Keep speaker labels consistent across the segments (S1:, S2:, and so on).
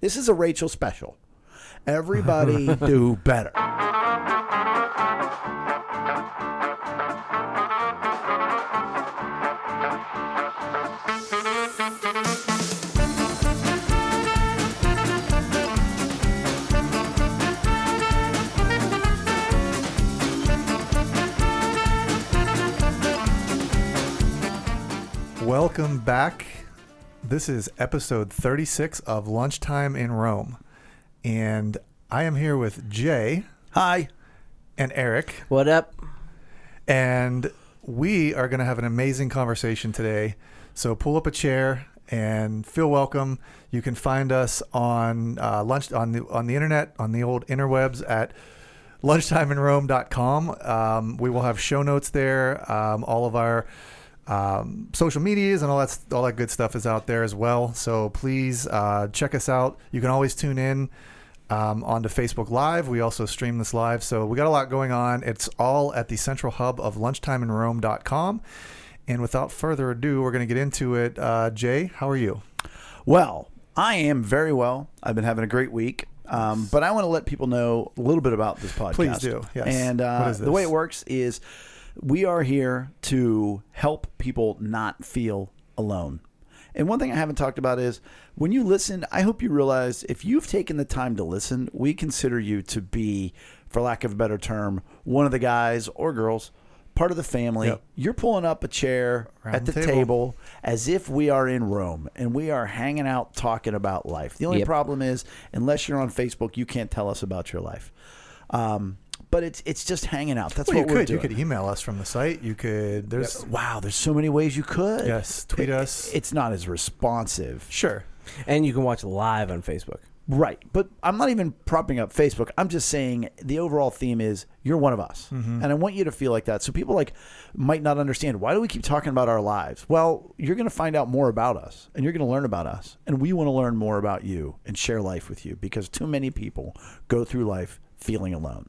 S1: This is a Rachel special. Everybody do better.
S2: Welcome back. This is episode 36 of Lunchtime in Rome. And I am here with Jay
S1: Hi.
S2: and Eric.
S3: What up?
S2: And we are going to have an amazing conversation today. So pull up a chair and feel welcome. You can find us on uh, lunch on the on the internet on the old interwebs at lunchtimeinrome.com. Um, we will have show notes there. Um, all of our um, social medias and all that all that good stuff is out there as well. So please uh, check us out. You can always tune in um, onto Facebook Live. We also stream this live. So we got a lot going on. It's all at the central hub of lunchtimeinrome.com. And without further ado, we're going to get into it. Uh, Jay, how are you?
S1: Well, I am very well. I've been having a great week. Um, but I want to let people know a little bit about this podcast.
S2: Please do, yes.
S1: And uh,
S2: What is
S1: the way it
S2: this?
S1: works is we are here to help people not feel alone. And one thing I haven't talked about is when you listen, I hope you realize if you've taken the time to listen, we consider you to be, for lack of a better term, one of the guys or girls, part of the family.
S2: Yep.
S1: You're pulling up a chair
S2: Round
S1: at the
S2: table.
S1: table people as if we are in Rome and we are hanging out talking about life. The only
S3: Yep.
S1: problem is, unless you're on Facebook, you can't tell us about your life. Um, but it's it's just hanging out. That's
S2: Well, you
S1: what we're
S2: could. You
S1: doing.
S2: could email us from the site. You could. There's.
S1: wow, there's so many ways you could.
S2: Yes, tweet
S1: It-
S2: us.
S1: It's not as responsive,
S2: Sure.
S3: And you can watch live on Facebook.
S1: right? But I'm not even propping up Facebook. I'm just saying the overall theme is you're one of us, and I want you to feel like that. So people like might not understand why do we keep talking about our lives. Well, you're going to find out more about us, and you're going to learn about us, and we want to learn more about you and share life with you because too many people go through life feeling alone.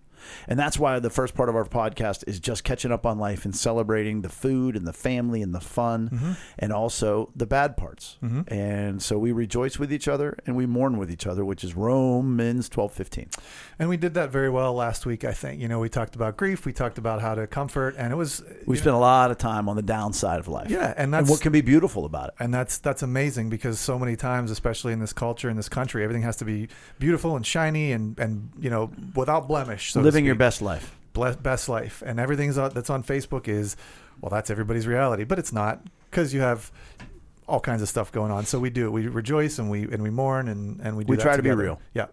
S1: And that's why the first part of our podcast is just catching up on life and celebrating the food and the family and the fun
S2: Mm-hmm.
S1: and also the bad parts. And so we rejoice with each other and we mourn with each other, which is Romans 12:15.
S2: And we did that very well last week. I think. You know, we talked about grief. We talked about how to comfort, and it was.
S1: We spend a lot of time on the downside of life.
S2: Yeah, and that's-
S1: what can be beautiful about it.
S2: and that's that's amazing because so many times especially in this culture in this country everything has to be beautiful and shiny and and you know without blemish so to
S1: Living your
S2: speak.
S1: best life.
S2: Ble- best life and everything's on, that's on facebook is well that's everybody's reality but it's not because you have all kinds of stuff going on so we do we rejoice and we and we mourn and and we do
S1: We
S2: that
S1: try to be
S2: together.
S1: real.
S2: yeah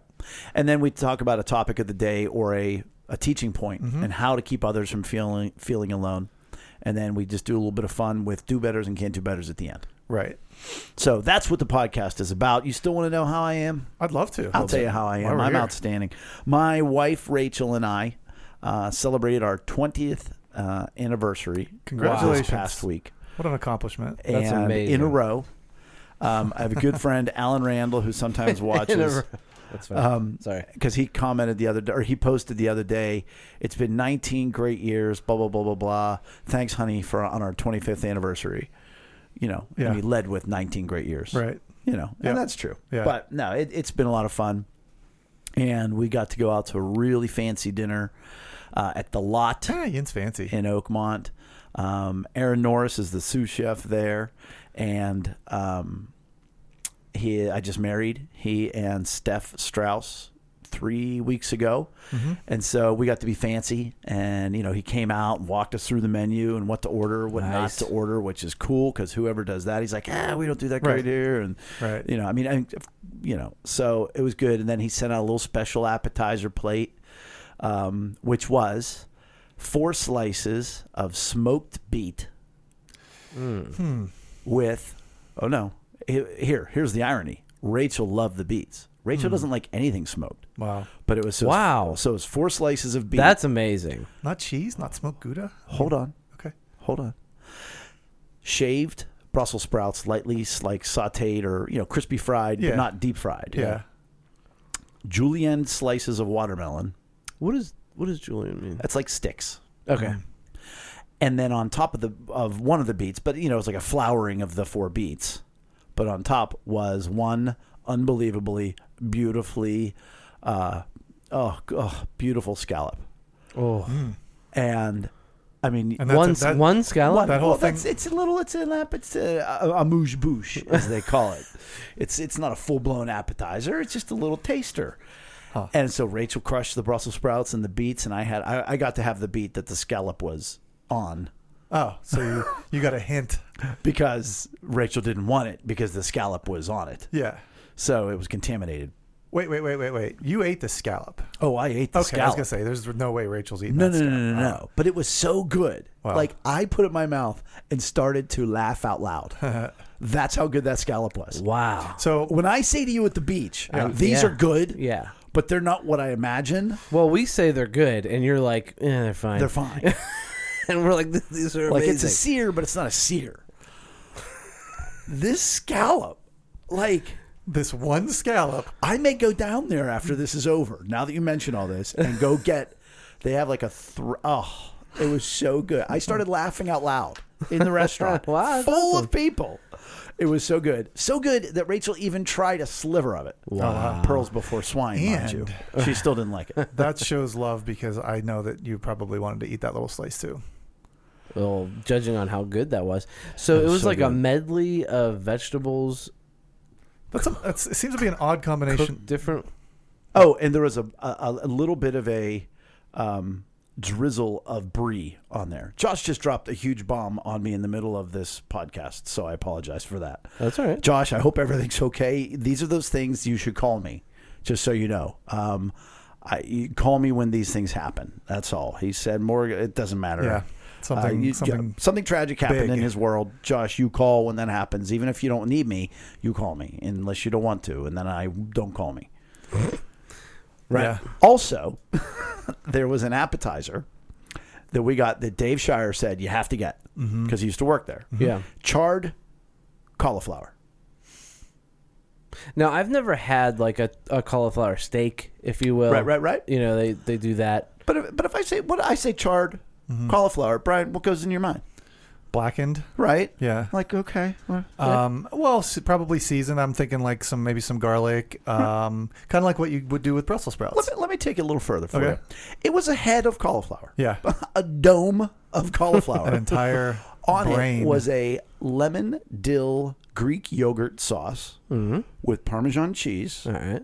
S1: And then we talk about a topic of the day or a, a teaching point
S2: Mm-hmm.
S1: and how to keep others from feeling feeling alone. And then we just do a little bit of fun with do betters and can't do betters at the end.
S2: right
S1: So that's what the podcast is about. You still want to know how I am?
S2: i'd love to
S1: I'll tell you how I
S2: While
S1: am.
S2: we're
S1: I'm
S2: here.
S1: outstanding. My wife Rachel and I uh, celebrated our 20th uh, anniversary
S2: Congratulations.
S1: this past week
S2: what an accomplishment
S3: That's
S1: and in
S3: amazing.
S1: a row. Um, I have a good friend Alan Randall who sometimes
S3: In a
S1: watches
S3: row. That's fine.
S1: Um,
S3: Sorry.
S1: because he commented the other day, or he posted the other day. It's been 19 great years. Blah blah blah blah blah. Thanks, honey, for on our 25th anniversary. You know,
S2: Yeah.
S1: and he led with 19 great years.
S2: right
S1: You know,
S2: Yeah.
S1: and that's true.
S2: Yeah.
S1: But no, it, it's been a lot of fun, and we got to go out to a really fancy dinner uh, at the Lot
S2: yeah yin's fancy
S1: in Oakmont. Um, Aaron Norris is the sous chef there, and um, he I just married he and Steph Strauss three weeks ago,
S2: Mm-hmm.
S1: and so we got to be fancy. And you know he came out and walked us through the menu and what to order, what
S3: Nice.
S1: not to order, which is cool because whoever does that, he's like, ah, we don't do that great
S2: Right.
S1: here, and
S2: Right.
S1: you know, I mean, I, you know, so it was good. And then he sent out a little special appetizer plate, um, which was four slices of smoked beet Mm. with, oh no, he- here, here's the irony. Rachel loved the beets. Rachel doesn't like anything smoked,
S2: wow
S1: but it was so
S3: Wow.
S1: So it was four slices of beet.
S3: That's amazing.
S2: not cheese not smoked gouda
S1: hold on,
S2: okay
S1: hold on. Shaved Brussels sprouts, lightly like sautéed or you know crispy fried,
S2: Yeah.
S1: but not deep fried.
S2: yeah
S1: julienne slices of watermelon.
S3: What is what does Julian mean?
S1: That's like sticks. Um,
S3: Okay.
S1: And then on top of the of one of the beets, but you know, it's like a flowering of the four beets. But on top was one unbelievably beautifully, uh, oh, g- oh, beautiful scallop.
S3: Oh,
S1: Mm. And I mean,
S2: And that's
S3: one
S2: it, that-
S3: one scallop.
S1: one-
S2: that whole
S1: well,
S2: thing-
S1: that's- It's a little. It's an app. It's a, a, a mouche bouche, as they call it. It's it's not a full blown appetizer. It's just a little taster.
S2: Huh.
S1: And so Rachel crushed the Brussels sprouts and the beets, and I had I, I got to have the beet that the scallop was on
S2: Oh, so you, you got a hint.
S1: because Rachel didn't want it because the scallop was on it,
S2: Yeah.
S1: so it was contaminated.
S2: Wait, wait, wait, wait, wait. You ate the scallop.
S1: Oh, I ate the
S2: okay, I was
S1: scallop.
S2: gonna say there's no way Rachel's eating.
S1: No,
S2: that
S1: no, no,
S2: scallop.
S1: no, no, no. But it was so good.
S2: Wow.
S1: Like I put it in my mouth and started to laugh out loud. That's how good that scallop was.
S3: Wow.
S2: So
S1: When I say to you at the beach, uh,
S3: Yeah.
S1: these
S3: Yeah.
S1: are good,
S3: Yeah.
S1: but they're not what I imagine.
S3: Well, we say they're good, and you're like, eh, they're fine.
S1: They're fine.
S3: and we're like, these are
S1: like
S3: amazing.
S1: it's a sear, but it's not a sear. this scallop, like
S2: this one scallop.
S1: I may go down there after this is over. Now that you mention all this, and go get. They have like a thr oh, it was so good. I started laughing out loud in the restaurant,
S3: Wow, that's
S1: full of people. It was so good, so good that Rachel even tried a sliver of it. Uh,
S3: Wow.
S1: pearls before swine, mind you. She still didn't like it.
S2: That shows love because I know that you probably wanted to eat that little slice too.
S3: well, judging on how good that was. So it was like a medley of vegetables
S2: That's, a, that's it seems to be an odd
S3: cooked
S2: combination.
S3: different.
S1: Oh, and there was a a, a little bit of a um, drizzle of brie on there. Josh just dropped a huge bomb on me in the middle of this podcast, so I apologize for that.
S3: Oh, That's all right.
S1: Josh, I hope everything's okay. These are those things you should call me, just so you know. Um, I you call me when these things happen. That's all he said. More, it doesn't matter.
S2: Yeah, something-
S1: you-
S2: something
S1: Uh, something tragic happened
S2: big.
S1: in his world. Josh, you call when that happens, even if you don't need me. You call me unless you don't want to, and then I don't call me. Right.
S2: Yeah.
S1: Also, there was an appetizer that we got that Dave Shire said you have to get because
S2: Mm-hmm.
S1: he used to work there.
S3: Yeah.
S1: Charred cauliflower.
S3: Now I've never had like a, a cauliflower steak, if you will.
S1: Right, right, right.
S3: You know they they do that.
S1: But if, but if I say what I say charred
S2: Mm-hmm.
S1: cauliflower, Brian, what goes in your mind?
S2: Blackened.
S1: Right? Uh,
S2: Yeah.
S1: Like okay. well,
S2: Um, well, s- probably seasoned. I'm thinking like some maybe some garlic, um, kind of like what you would do with Brussels
S1: Let
S2: sprouts.
S1: me, let me take it a little further for
S2: Okay.
S1: you. It was a head of cauliflower.
S2: Yeah,
S1: A dome of
S2: an
S1: cauliflower.
S2: entire
S1: On
S2: brain
S1: it was a lemon dill Greek yogurt sauce with Parmesan cheese.
S3: All right.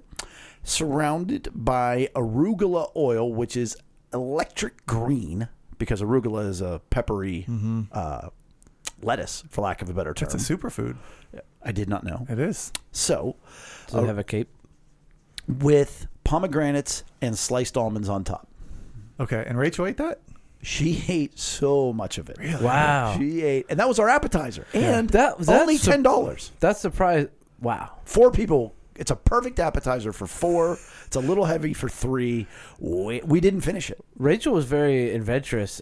S1: surrounded by arugula oil, which is electric green because arugula is a peppery uh, lettuce, for lack of a better term.
S2: It's a superfood.
S1: I did not know.
S2: It is.
S1: So,
S3: Does
S1: Oh.
S3: it have a cape?
S1: with pomegranates and sliced almonds on top.
S2: Okay, and Rachel ate that.
S1: She ate so much of it.
S3: Wow.
S1: She ate, and that was our appetizer. And
S3: That- that's
S1: only
S3: sup-
S1: ten dollars.
S3: That's surprise. Wow.
S1: Four people. It's a perfect appetizer for four. It's a little heavy for three. We, we didn't finish it.
S3: Rachel was very adventurous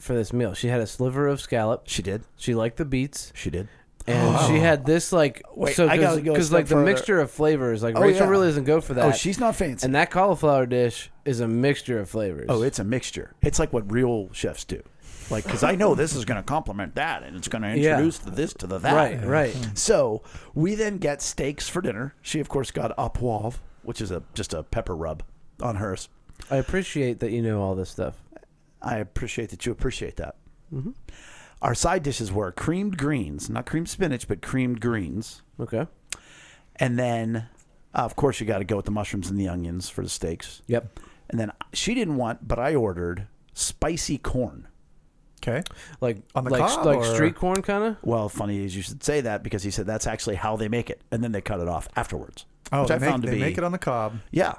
S3: for this meal. She had a sliver of scallop.
S1: She did.
S3: She liked the beets,
S1: She did.
S3: and she had this like
S1: Wait,
S3: so
S1: I gotta go a
S3: because
S1: step
S3: like the
S1: further.
S3: mixture of flavors. Like
S1: Oh,
S3: Rachel
S1: yeah.
S3: really doesn't go for that.
S1: Oh, she's not fancy.
S3: and that cauliflower dish is a mixture of flavors.
S1: Oh, it's a mixture. It's like what real chefs do. Like, because I know this is going to complement that, and it's going to
S3: Yeah.
S1: introduce the this to the that.
S3: right, right.
S1: So we then get steaks for dinner. She, of course, got a poivre, which is a just a pepper rub on hers.
S3: I appreciate that you know all this stuff.
S1: I appreciate that you appreciate that.
S3: Mm-hmm.
S1: Our side dishes were creamed greens, not creamed spinach, but creamed greens,
S3: Okay.
S1: and then, uh, of course, you got to go with the mushrooms and the onions for the steaks.
S3: Yep.
S1: And then she didn't want, but I ordered spicy corn.
S2: Okay,
S3: Like
S2: On the
S3: like
S2: cob,
S3: like
S2: or-
S3: street corn kind of.
S1: Well, funny is you should say that because he said that's actually how they make it, and then they cut it off afterwards.
S2: oh,
S1: which
S2: they,
S1: I
S2: make,
S1: found to
S2: they
S1: be
S2: make it on the cob. Hmm,
S1: yeah,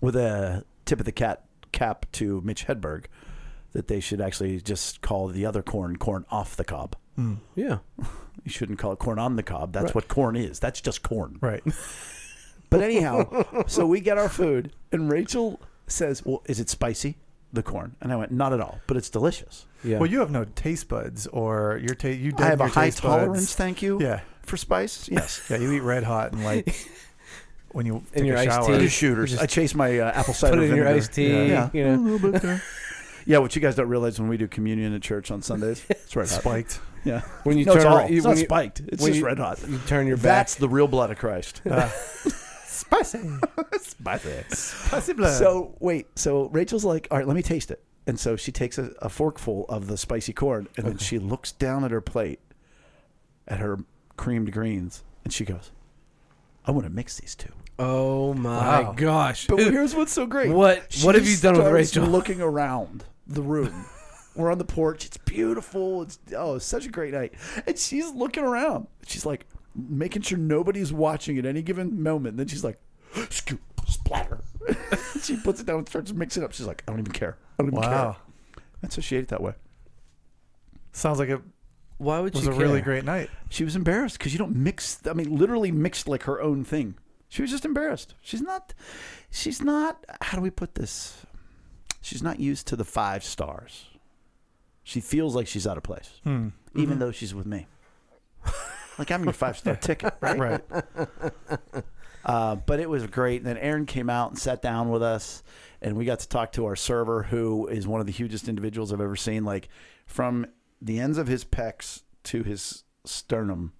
S1: with a tip of the cat cap to Mitch Hedberg that they should actually just call the other corn corn off the cob.
S3: Yeah.
S1: You shouldn't call it corn on the cob. That's what corn is. That's just corn.
S2: Right.
S1: But anyhow, so we get our food, and Rachel says, "Well, is it spicy?" The corn, and I went, "Not at all, but it's delicious."
S3: Yeah.
S2: Well, you have no taste buds, or your taste. You
S1: I have
S2: deaden
S1: a
S2: your
S1: high
S2: taste
S1: tolerance.
S2: buds.
S1: Thank you.
S2: Yeah,
S1: For spice, yes.
S2: yeah. You eat red hot and like when you take
S3: your
S2: a
S3: iced
S2: shower.
S3: tea.
S1: Just shooters. I chase my uh, apple cider
S3: put it in your
S1: vinegar.
S3: iced tea.
S2: Yeah.
S1: Yeah.
S3: You know.
S1: Yeah, what you guys don't realize when we do communion at church on Sundays, it's red hot.
S2: Spiked.
S1: Yeah,
S3: When you
S1: no,
S3: turn
S1: it's, all,
S3: around- you-
S1: it's
S3: when
S1: not
S3: you-
S1: spiked. It's
S3: when
S1: just
S3: you-
S1: red hot.
S3: You turn your back.
S1: That's the real blood of Christ.
S2: Spicy.
S1: Spicy.
S2: Spicy blood.
S1: So wait, so Rachel's like, all right, let me taste it. And so she takes a, a forkful of the spicy corn, and then she looks down at her plate, at her creamed greens, and she goes, "I want to mix these two.
S3: Oh my
S2: Wow.
S3: gosh.
S1: But here's what's so great.
S3: What- what have you done with
S1: starts
S3: Rachel?
S1: Looking around the room. We're on the porch. It's beautiful. It's oh, it's such a great night. And she's looking around. She's like making sure nobody's watching at any given moment. then she's like, scoop, splatter. she puts it down and starts mixing it up. She's like, I don't even care. I don't even
S2: wow.
S1: care. And so she ate it that way.
S2: Sounds like it
S3: Why would
S2: was
S3: you
S2: a
S3: care?
S2: really great night.
S1: She was embarrassed because you don't mix. I mean, literally mixed like her own thing. She was just embarrassed. She's not. She's not. How do we put this? She's not used to the five stars. She feels like she's out of place,
S2: Hmm.
S1: even though she's with me. like I'm your five star ticket, right?
S2: Right.
S1: Uh, but it was great. And then Aaron came out and sat down with us, and we got to talk to our server, who is one of the hugest individuals I've ever seen. Like from the ends of his pecs to his sternum,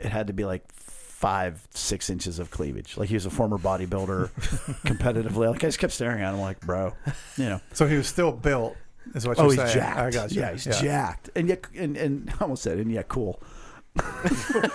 S1: it had to be like five, six inches of cleavage. Like he was a former bodybuilder, competitively. Like I just kept staring at him, like, bro, you know.
S2: So he was still built, is what
S1: Oh,
S2: you're
S1: he's
S2: saying.
S1: jacked.
S2: I got you.
S1: Yeah, he's jacked, and yet, and and I almost said, and yet, cool.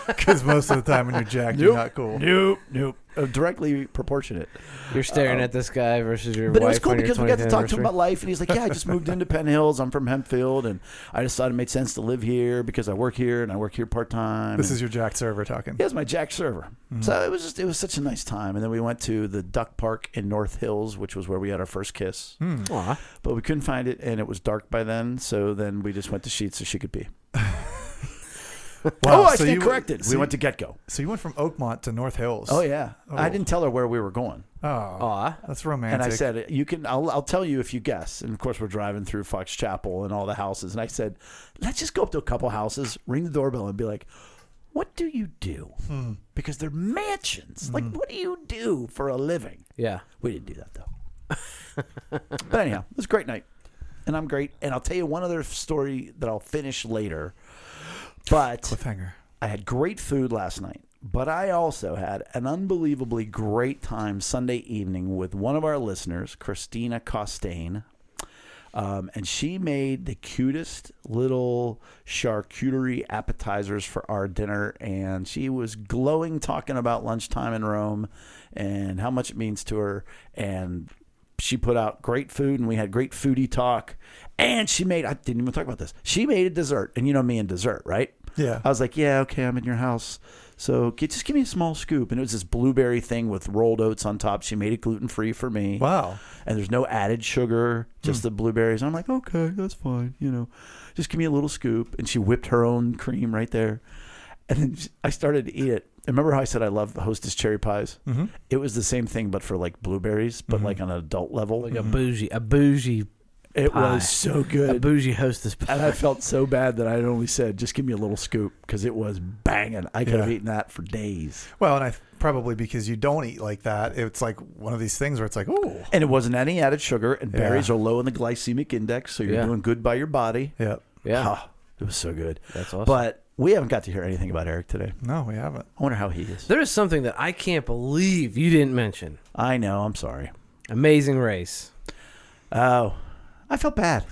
S2: Because most of the time when you're jacked, you're not cool.
S1: Nope, nope. Uh, directly proportionate.
S3: You're staring at this guy versus your
S1: Uh, But it
S3: wife.
S1: was cool
S3: on your
S1: because we got to
S3: 20th
S1: talk to him
S3: anniversary.
S1: about life, and he's like, "Yeah, I just moved into Penn Hills. I'm from Hempfield, and I just thought it made sense to live here because I work here and I work here part time."
S2: This is Mm-hmm. your jacked server talking.
S1: he has my Jack server, so it was just it was such a nice time. And then we went to the Duck Park in North Hills, which was where we had our first kiss,
S2: Hmm.
S3: Aw.
S1: but we couldn't find it, and it was dark by then. So then we just went to Sheets so she could pee.
S2: Wow,
S1: oh, I
S2: so
S1: stand
S2: you-
S1: corrected.
S2: so
S1: we
S2: you-
S1: went to Get Go.
S2: So you went from Oakmont to North Hills.
S1: Oh yeah, I
S2: Oh.
S1: didn't tell her where we were going.
S2: Oh,
S3: Aw.
S2: that's romantic.
S1: And I said, "You can. I'll, I'll tell you if you guess." And of course, we're driving through Fox Chapel and all the houses. And I said, "Let's just go up to a couple houses, ring the doorbell, and be like." What do you do? Because they're mansions. Like, what do you do for a living?
S3: Yeah.
S1: We didn't do that though. but anyhow, it was a great night, and I'm great. And I'll tell you one other story that I'll finish later. But
S2: cliffhanger.
S1: I had great food last night, but I also had an unbelievably great time Sunday evening with one of our listeners, Christina Costain. Um, and she made the cutest little charcuterie appetizers for our dinner. And she was glowing talking about lunchtime in Rome and how much it means to her. And she put out great food and we had great foodie talk. And she made, I didn't even talk about this, she made a dessert. And you know me and dessert, right?
S2: Yeah.
S1: I was like, yeah, okay, I'm in your house. So get, just give me a small scoop. And it was this blueberry thing with rolled oats on top. She made it gluten free for me.
S2: Wow.
S1: And there's no added sugar, just
S3: Hmm.
S1: the blueberries. And I'm like, okay, that's fine. You know, just give me a little scoop. And she whipped her own cream right there. And then sh- I started to eat it. And Remember how I said I love Hostess cherry pies?
S2: Mm-hmm.
S1: It was the same thing, but for like blueberries, but like on an adult level.
S3: Mm-hmm. Like a bougie, a bougie,
S1: it
S3: pie.
S1: was so
S3: a
S1: good.
S3: bougie hostess.
S1: And I felt so bad that I had only said, just give me a little scoop because it was banging. I could have
S2: Yeah.
S1: eaten that for days.
S2: Well, and I probably because you don't eat like that, it's like one of these things where it's like, ooh.
S1: And it wasn't any added sugar, and
S2: Yeah.
S1: berries are low in the glycemic index, so you're
S3: Yeah.
S1: doing good by your body.
S2: Yeah.
S3: Yeah.
S1: Ah, it was so good.
S3: That's awesome.
S1: But we haven't got to hear anything about Eric today.
S2: No, we haven't.
S1: I wonder how he is.
S3: There is something that I can't believe you didn't mention.
S1: I know. I'm sorry.
S3: Amazing Race.
S1: Oh, I felt bad.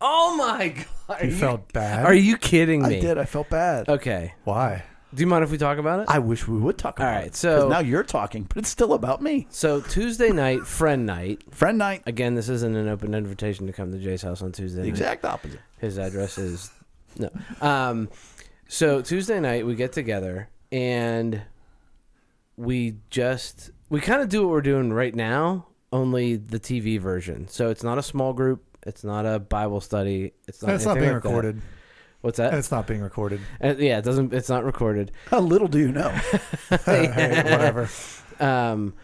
S3: Oh my god. Are
S2: You felt bad.
S3: Are you kidding
S1: I
S3: me?
S1: did. I felt bad.
S3: Okay.
S2: Why?
S3: Do you mind if we talk about it?
S1: I wish we would talk
S3: All
S1: about
S3: right,
S1: it. 'cause
S3: so-
S1: now you're talking, but it's still about me.
S3: so Tuesday night, friend night.
S1: Friend night,
S3: Again, this isn't an open invitation to come to Jay's house on Tuesday.
S1: the
S3: night.
S1: exact opposite.
S3: His address is no. Um, so Tuesday night we get together and we just we kind of do what we're doing right now, only the TV version. So it's not a small group. It's not a Bible study. It's not.
S2: And it's not being
S3: anything like that.
S2: recorded.
S3: What's
S2: And
S3: that?
S2: it's not being recorded.
S3: Uh, yeah, it doesn't. It's not recorded.
S1: How little do you know?
S2: hey, whatever.
S3: Um,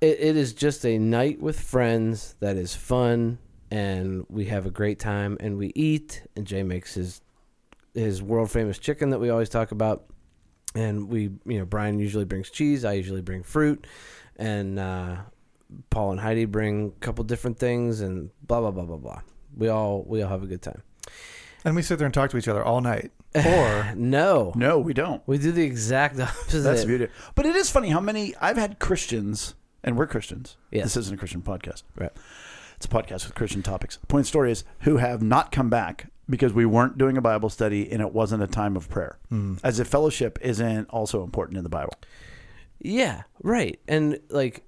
S3: it, it is just a night with friends that is fun, and we have a great time, and we eat, and Jay makes his his world famous chicken that we always talk about, and we you know Brian usually brings cheese, I usually bring fruit, and uh, Paul and Heidi bring a couple different things, and blah blah blah blah blah. We all we all have a good time.
S2: And we sit there and talk to each other all night. Or
S3: No,
S1: No, we don't.
S3: we do the exact opposite.
S1: That's beauty. But it is funny how many I've had Christians, and we're Christians.
S3: Yes.
S1: This isn't a Christian podcast.
S3: Right.
S1: It's a podcast with Christian topics. The point of the story is who have not come back because we weren't doing a Bible study and it wasn't a time of prayer.
S2: hmm.
S1: As if fellowship isn't also important in the Bible.
S3: Yeah, right. And like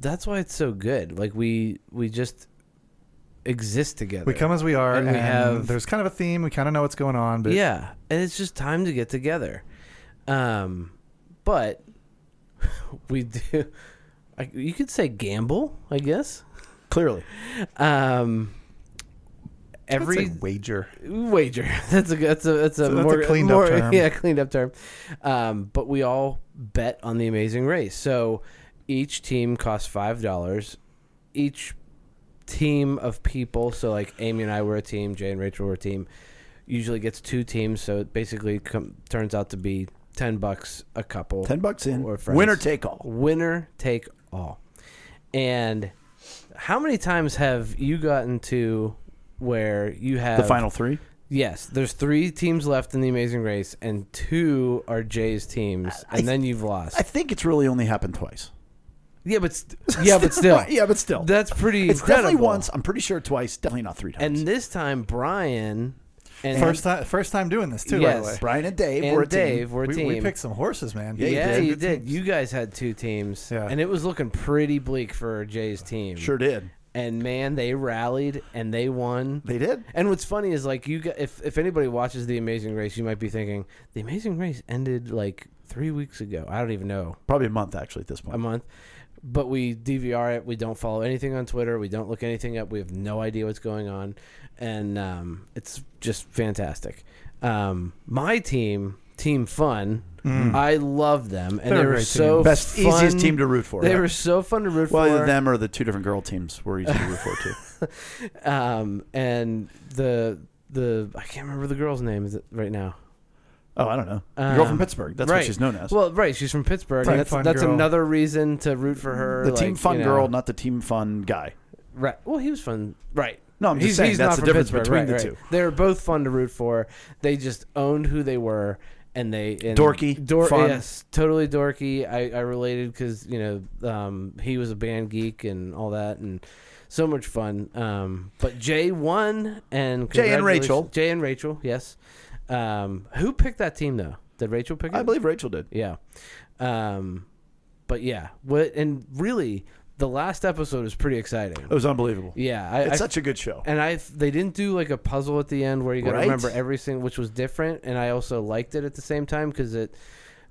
S3: that's why it's so good. Like we we just exist together.
S2: we come as we are,
S3: And
S2: and,
S3: we have-
S2: there's kind of a theme. We kind of know what's going on, but
S3: Yeah, and it's just time to get together. Um, but we do. I, you could say gamble, I guess.
S1: Clearly.
S3: Um,
S2: every
S3: every
S2: wager.
S3: wager. That's a that's a that's a,
S2: So that's a
S3: more,
S2: cleaned up
S3: more-
S2: term.
S3: Yeah, cleaned up term. Um, but we all bet on the Amazing Race. So each team costs five dollars. Each team of people. So like Amy and I were a team. Jay and Rachel were a team. Usually gets two teams. So it basically com- turns out to be ten bucks a couple.
S1: 10 bucks in,
S3: Or friends.
S1: winner take all.
S3: Winner take all. And how many times have you gotten to where you have
S1: The final three.
S3: Yes, there's three teams left in the Amazing Race, and two are Jay's teams, and
S1: I-
S3: then you've lost.
S1: I think it's really only happened twice.
S3: yeah, but st- yeah, but still,
S1: yeah, but still.
S3: that's pretty.
S1: it's definitely
S3: incredible.
S1: once. I'm pretty sure twice. Definitely not three times.
S3: And this time, Brian and
S2: First time, first time doing this too.
S3: Yes.
S2: By the way,
S1: Brian and Dave
S3: and
S1: were a
S3: Dave
S1: team.
S3: were a
S2: we,
S3: team.
S2: we picked some horses, man.
S3: yeah,
S2: Those are
S3: you
S2: good
S3: did.
S2: teams.
S3: You guys had two teams,
S2: Yeah.
S3: and it was looking pretty bleak for Jay's team.
S1: Sure did.
S3: And man, they rallied and they won.
S1: They did.
S3: And what's funny is like you, g- if if anybody watches The Amazing Race, you might be thinking The Amazing Race ended like three weeks ago. I don't even know
S1: Probably a month, actually, at this point.
S3: a month, but we DVR it. We don't follow anything on Twitter. We don't look anything up. We have no idea what's going on, and um, it's just fantastic. Um, my team, Team Fun,
S2: Mm.
S1: Hmm.
S3: I love them, and
S2: They're
S3: they
S2: a
S3: were
S2: great
S3: so
S2: team.
S1: Best,
S3: fun.
S1: easiest team to root for.
S3: They
S1: yeah.
S3: were so fun to root
S1: Well,
S3: for.
S1: either them or the two different girl teams were easy to root for too.
S3: um, and the the I can't remember the girl's name is it right now.
S1: Oh, I don't know. The girl
S3: Um,
S1: from Pittsburgh. That's
S3: right.
S1: what she's known as.
S3: Well, right, she's from Pittsburgh.
S2: Team
S3: and that's
S2: Fun
S3: that's
S2: Girl.
S3: another reason to root for her.
S1: the team
S3: like,
S1: fun
S3: you know.
S1: girl, not the team fun guy.
S3: Right. Well, he was fun. Right.
S1: No, I'm just
S3: He's-
S1: saying
S3: he's
S1: that's the
S3: not from
S1: difference
S3: Pittsburgh,
S1: between
S3: right,
S1: the
S3: right. They were both fun to root for. They just owned who they were, and they and
S1: Dorky,
S3: Dor-
S1: fun.
S3: Yes, totally dorky. I, I related because you know um, he was a band geek and all that, and so much fun. Um, but Jay won, and
S1: Jay and
S3: congratulations-
S1: Rachel.
S3: Jay and Rachel. Yes. Um, who picked that team though? Did Rachel pick it?
S1: I believe Rachel did.
S3: Yeah. Um, but yeah, what and really the last episode was pretty exciting.
S1: It was unbelievable.
S3: Yeah, I,
S1: Oh, it's
S3: I-
S1: such a good show.
S3: and I they didn't do like a puzzle at the end where you got to
S1: Right?
S3: remember everything, which was different. And I also liked it at the same time because it,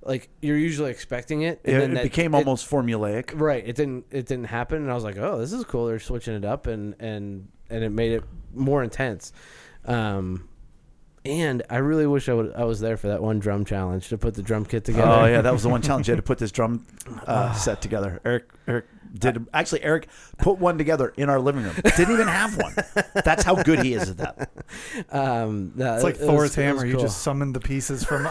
S3: like, you're usually expecting it. And
S1: It,
S3: then
S1: it
S3: that-
S1: became
S3: it-
S1: almost formulaic.
S3: right. It didn't it didn't happen, and I was like, oh, this is cool. They're switching it up, and and and it made it more intense. Um, and I really wish I would I was there for that one drum challenge to put the drum kit together.
S1: Oh yeah, that was the one challenge. You had to put this drum uh, set together. Eric, Eric did actually. Eric put one together in our living room. Didn't even have one. That's how good he is at that.
S3: Um, no,
S2: It's like
S3: it- it was-
S2: Thor's
S3: it was
S2: hammer. You
S3: cool.
S2: just summoned the pieces from.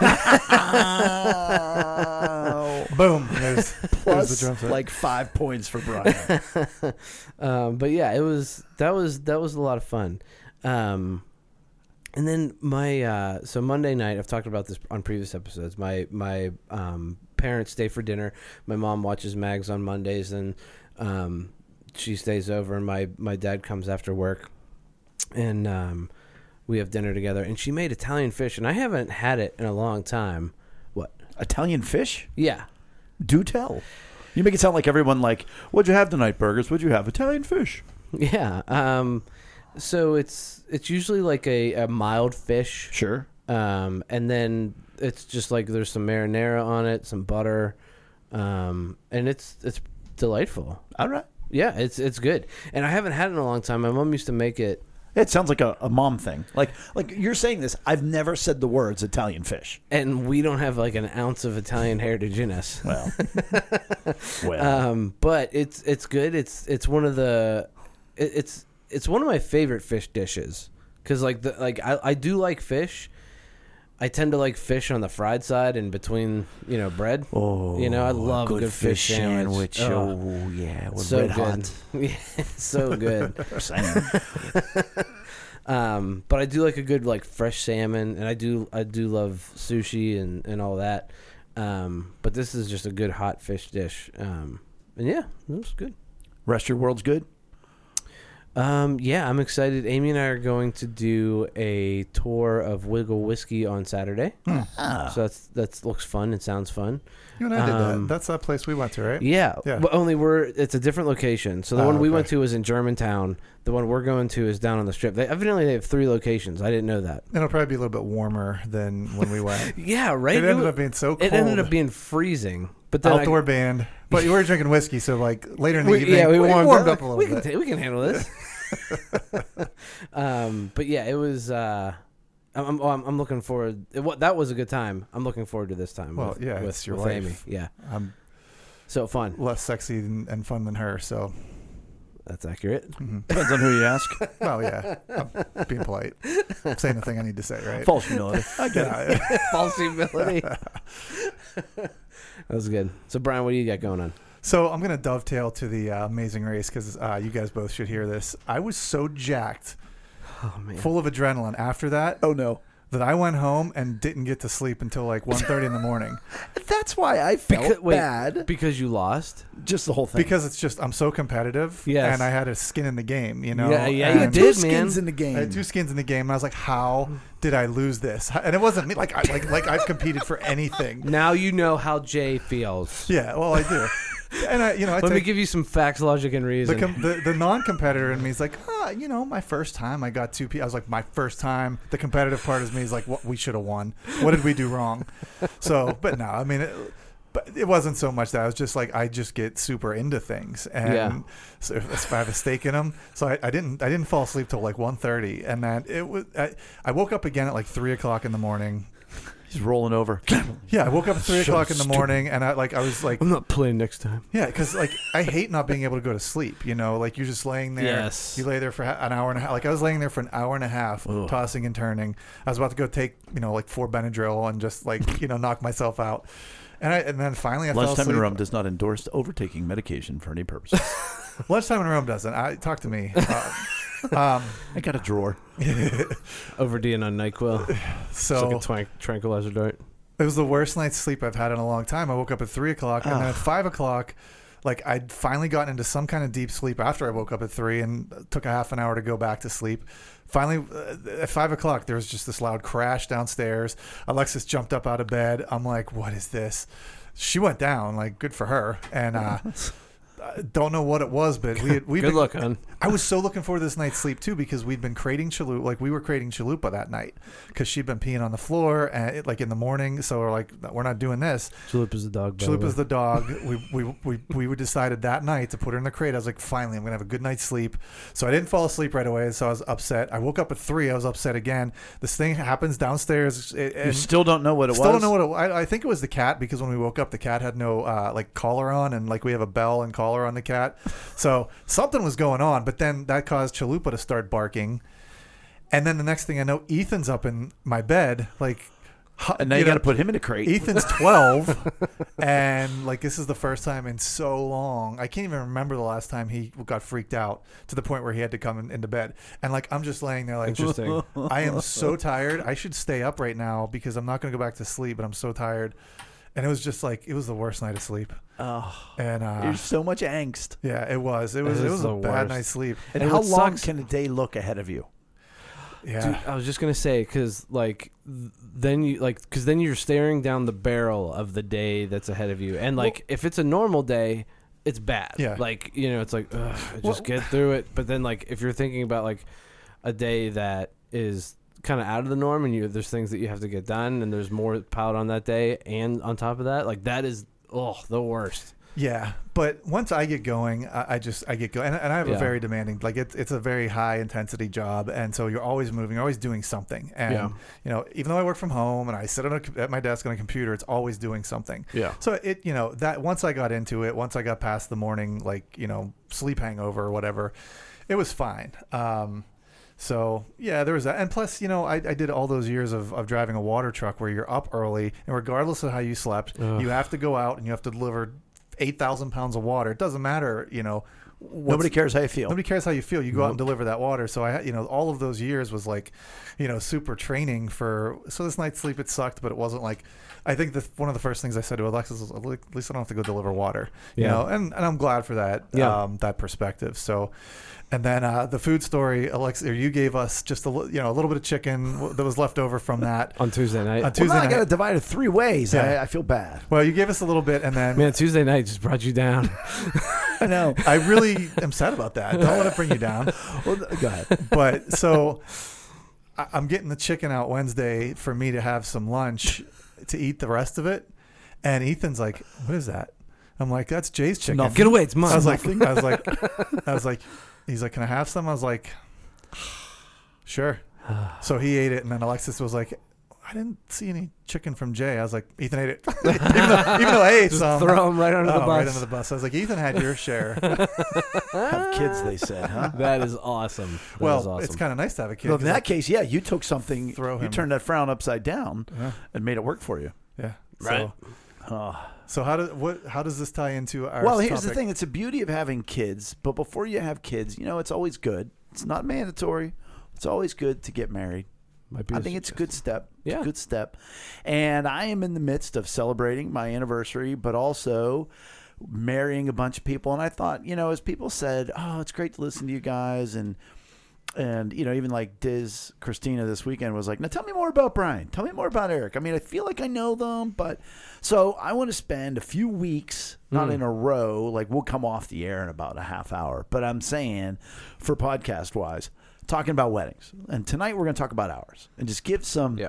S1: Oh.
S2: boom. There's, there's the
S1: Plus,
S2: drum set.
S1: like five points for Brian.
S3: um, but yeah, it was that was that was a lot of fun. Um, and then my uh, so Monday night, I've talked about this on previous episodes. My my um, parents stay for dinner. My mom watches mags on Mondays, and um, she stays over. And my my dad comes after work, and um, we have dinner together. And she made Italian fish, and I haven't had it in a long time. What?
S1: Italian fish?
S3: Yeah,
S1: Do tell. You make it sound like everyone like, what'd you have tonight? Burgers? What'd you have? Italian fish.
S3: yeah. Um, so it's it's usually like a, a mild fish.
S1: Sure.
S3: Um, and then it's just like there's some marinara on it, some butter, um, and it's it's delightful.
S1: All right.
S3: Yeah, it's it's good. And I haven't had it in a long time. My mom used to make it.
S1: It sounds like a, a mom thing. Like like you're saying this. I've never said the words Italian fish.
S3: And we don't have like an ounce of Italian heritage in us,
S1: Well, well,
S3: um, but it's it's good. It's it's one of the, it, it's it's one of my favorite fish dishes because like the like I, I do like fish. I tend to like fish on the fried side and between you know bread.
S1: oh,
S3: you know, I love a good fish sandwich. Oh.
S1: yeah, we're
S3: so
S1: red
S3: good. Yeah, so good.
S1: hot. Saying.
S3: Um, but I do like a good like fresh salmon, and I do I do love sushi and and all that. Um, but this is just a good hot fish dish. Um, and yeah, it was good.
S1: Rest your world's good.
S3: Um, yeah, I'm excited. Amy and I are going to do a tour of Wiggle Whiskey on Saturday.
S2: Hmm.
S1: Ah.
S3: So that's that's looks fun. It sounds fun.
S2: You and I did
S3: Um,
S2: that. That's that place we went to, right?
S3: Yeah,
S2: Yeah.
S3: but only we're it's a different location. So the
S2: Oh,
S3: one we
S2: okay.
S3: went to was in Germantown. The one we're going to is down on the strip. They evidently they have three locations. I didn't know that.
S2: And It'll probably be a little bit warmer than when we went.
S3: Yeah, right.
S2: it ended up being so cold.
S3: it ended up being freezing. But then I-
S2: outdoor band, but you were drinking whiskey, so like later in the
S3: we,
S2: evening,
S3: yeah, we warmed,
S2: up.
S3: up.
S2: a little
S3: we
S2: bit.
S3: Can ta- we can handle this. um, but yeah, it was. Uh, I'm, I'm, I'm- I'm looking forward. It, wa that was a good time. I'm looking forward to this time.
S2: Well,
S3: with,
S2: yeah,
S3: with,
S2: it's your
S3: with
S2: wife.
S3: Amy. Yeah,
S2: I'm
S3: so fun.
S2: less sexy and, and fun than her, so
S3: That's accurate.
S2: mhm.
S1: Depends on who you ask.
S2: well, yeah, I'm being polite, I'm saying the thing I need to say, right?
S1: False humility. I get it.
S2: Yeah.
S3: False humility. that was good. So Brian, what do you got going on?
S2: So I'm gonna dovetail to the uh, Amazing Race because uh, you guys both should hear this. I was so jacked,
S3: Oh man.
S2: full of adrenaline after that,
S1: Oh no.
S2: that I went home and didn't get to sleep until like 1:30 in the morning
S1: That's why I felt
S3: Because- wait.
S1: bad.
S3: Because you lost.
S1: Just the whole thing.
S2: because it's just I'm so competitive,
S3: Yes.
S2: and I had a skin in the game, you know.
S3: Yeah, yeah,
S1: you
S3: you
S2: and-
S1: had two
S3: did,
S1: skins
S3: man.
S1: in the game.
S2: I had two skins in the game, and I was like, "How did I lose this?" And it wasn't me. Like, I, like, like I've competed for anything.
S3: Now you know how Jay feels.
S2: Yeah, well, I do. And I, you know, I
S3: Let me
S2: take
S3: give you some facts, logic, and
S2: the,
S3: reason.
S2: com- the the non-competitor in me is like, ah, you know, my first time, I got two. P-. I was like, my first time. The competitive part is me is like, what we should have won. What did we do wrong? So, but no, I mean. It, but it wasn't so much that I was just like I just get super into things, and
S3: Yeah.
S2: so if, if I have a stake in them, so I, I didn't I didn't fall asleep till like 1.30 and then it was I, I woke up again at like three o'clock in the morning,
S1: He's rolling over.
S2: Yeah, I woke up at three
S1: So
S2: o'clock in the
S1: stupid.
S2: morning, and I like I was like,
S3: I'm not playing next time.
S2: yeah, because like I hate not being able to go to sleep. You know, like you're just laying there.
S3: Yes.
S2: You lay there for ha- an hour and a half. Like I was laying there for an hour and a half,
S1: Ugh.
S2: tossing and turning. I was about to go take you know like four Benadryl and just like you know knock myself out. And I and then finally I fell
S1: Lunchtime
S2: asleep.
S1: in Rome does not endorse overtaking medication for any purpose.
S2: Lunchtime in Rome doesn't. I talk to me. Uh,
S1: I got a drawer.
S2: um,
S3: Overdue on Nyquil. It's
S2: so
S3: like a twank, tranquilizer dart.
S2: It was the worst night's sleep I've had in a long time. I woke up at three o'clock, and then at five o'clock, like I'd finally gotten into some kind of deep sleep after I woke up at three, and took a half an hour to go back to sleep. Finally, uh, at five o'clock, there was just this loud crash downstairs. Alexis jumped up out of bed. I'm like, "What is this?" She went down. Like, good for her. And uh, I don't know what it was, but we had, we
S3: Good luck, hon.
S2: I was so looking forward to this night's sleep too because we'd been crating chalupa, like we were crating chalupa that night because she'd been peeing on the floor and like in the morning. So we're like, we're not doing this.
S3: Chalupa's the dog. by the
S2: Chalupa's
S3: way.
S2: the dog. We we we we would decided that night to put her in the crate. I was like, finally, I'm gonna have a good night's sleep. So I didn't fall asleep right away. So I was upset. I woke up at three. I was upset again. This thing happens downstairs. It,
S1: You
S2: and
S1: still don't know what it
S2: still
S1: was.
S2: don't know what it, I, I think it was the cat because when we woke up the cat had no uh, like collar on and like we have a bell and collar on the cat so something was going on but then that caused chalupa to start barking and then the next thing i know ethan's up in my bed like hu-
S1: and now you, got
S2: know,
S1: to put him in a crate.
S2: Ethan's 12, and like this is the first time in so long. I can't even remember the last time he got freaked out to the point where he had to come in, into bed. And like I'm just laying there, like
S3: Interesting.
S2: I am so tired. I should stay up right now because I'm not going to go back to sleep, but I'm so tired. And it was just like it was the worst night of sleep.
S1: Oh,
S2: And uh,
S1: there's so much angst.
S2: yeah, it was. It was.
S3: It
S2: It
S3: is
S2: was a
S3: the
S2: bad
S3: worst.
S2: night's sleep.
S1: And,
S3: And
S1: how
S3: what
S1: long
S3: sucks-
S1: can a day look ahead of you?
S2: Yeah.
S3: Dude, I was just gonna say because like th- then you like because then you're staring down the barrel of the day that's ahead of you, and like if it's a normal day, it's bad.
S2: Yeah.
S3: Like you know, it's like Ugh, I just
S2: Well-
S3: get through it. But then like if you're thinking about like a day that is kind of out of the norm, and you there's things that you have to get done, and there's more piled on that day, and on top of that, like that is oh the worst.
S2: Yeah, but once I get going, I, I just I get going, and, and I have a
S3: Yeah.
S2: very demanding like it's it's a very high intensity job, and so you're always moving, you're always doing something, and
S3: Yeah.
S2: you know even though I work from home and I sit on a, com- at my desk on a computer, it's always doing something.
S3: Yeah.
S2: So it you know that once I got into it, once I got past the morning like you know sleep hangover or whatever, it was fine. Um, so yeah, there was that, and plus you know I, I did all those years of, of driving a water truck where you're up early, and regardless of how you slept,
S3: Ugh.
S2: you have to go out and you have to deliver eight thousand pounds of water. It doesn't matter you know what's-
S1: Nobody cares how you feel.
S2: Nobody cares how you feel. You go out and deliver that water. So I, you know, all of those years was like, you know, super training for. So this night's sleep, it sucked, but it wasn't like. I think the one of the first things I said to Alexis was, at least I don't have to go deliver water. You
S3: Yeah.
S2: know, and, and I'm glad for that.
S3: Yeah.
S2: Um, that perspective. So, and then uh, the food story, Alexis, or you gave us just a li- you know a little bit of chicken that was left over from that
S3: on Tuesday night.
S2: on
S1: well,
S2: Tuesday
S1: now I
S2: night.
S1: got to divide it three ways.
S2: Yeah.
S1: I, I feel bad.
S2: well, you gave us a little bit, and then
S3: Man, Tuesday night just brought you down.
S1: I know.
S2: I really am sad about that. Don't want to bring you down.
S1: Well, th- go ahead.
S2: but so I, I'm getting the chicken out Wednesday for me to have some lunch to eat the rest of it. And Ethan's like, "What is that?" I'm like, "That's Jay's chicken."
S1: nothing.
S3: Get away, it's mine.
S2: I was like, I was like, I was like, he's like, "Can I have some?" I was like, "Sure." So he ate it, and then Alexis was like. I didn't see any chicken from Jay. I was like, Ethan ate it. even, though, even though I ate
S3: just
S2: some.
S3: throw him right under
S2: Oh,
S3: the
S2: right
S3: bus.
S2: under the bus. I was like, Ethan had your share.
S1: Have kids, they said, huh?
S3: that is awesome. That
S2: well,
S3: is awesome.
S2: it's kind of nice to have a kid.
S1: Well, in
S2: 'cause I-
S1: that case, yeah, you took something,
S2: Throw
S1: you
S2: him.
S1: turned that frown upside down
S2: Yeah.
S1: and made it work for you.
S2: Yeah.
S3: Right.
S2: So,
S1: Oh.
S2: so how does what how does this tie into our?
S1: Well, here's the
S2: topic?
S1: thing. It's the beauty of having kids, but before you have kids, you know, it's always good. It's not mandatory. It's always good to get married.
S3: Might be
S1: I
S3: a
S1: think it's a good step. It's a
S3: Yeah.
S1: good step. And I am in the midst of celebrating my anniversary, but also marrying a bunch of people. And I thought, you know, as people said, oh, it's great to listen to you guys. And, and you know, even like Diz Christina this weekend was like, now tell me more about Brian. Tell me more about Eric. I mean, I feel like I know them, but so I want to spend a few weeks, not in a row, like we'll come off the air in about a half hour. But I'm saying for podcast wise, talking about weddings. And tonight we're going to talk about ours and just give some
S3: Yeah.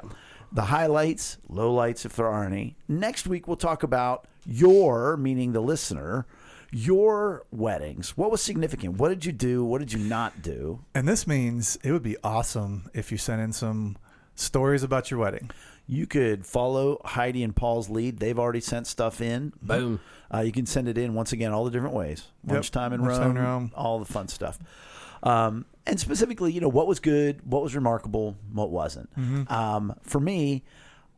S1: the highlights, lowlights if there are any. Next week we'll talk about your, meaning the listener, your weddings. What was significant? What did you do? What did you not do?
S2: and this means it would be awesome if you sent in some stories about your wedding.
S1: You could follow Heidi and Paul's lead. They've already sent stuff in.
S3: Boom.
S1: Uh, you can send it in once again all the different ways.
S2: Yep.
S1: Lunchtime in
S2: Lunchtime
S1: Rome,
S2: in Rome.
S1: all the fun stuff. Um, and specifically, you know, what was good, what was remarkable, what wasn't.
S2: Mm-hmm.
S1: Um, for me,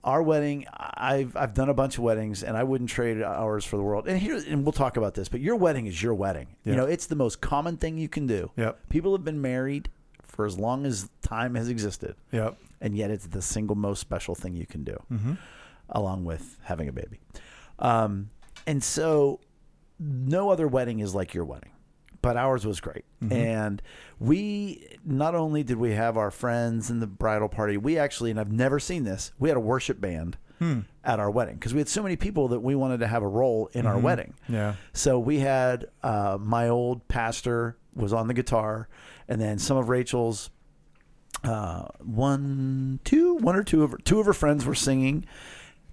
S1: our wedding, I've I've done a bunch of weddings, and I wouldn't trade ours for the world. And here, and we'll talk about this, but your wedding is your wedding.
S2: Yeah.
S1: You know, it's the most common thing you can do.
S2: Yep.
S1: People have been married for as long as time has existed
S2: Yep.
S1: and yet it's the single most special thing you can do, along with having a baby. Um, and so, no other wedding is like your wedding, but ours was great. And we not only did we have our friends and the bridal party, we actually, and I've never seen this, we had a worship band at our wedding because we had so many people that we wanted to have a role in our wedding.
S2: Yeah.
S1: So we had uh, my old pastor was on the guitar, and then some of Rachel's uh, one, two, one or two of her, two of her friends were singing.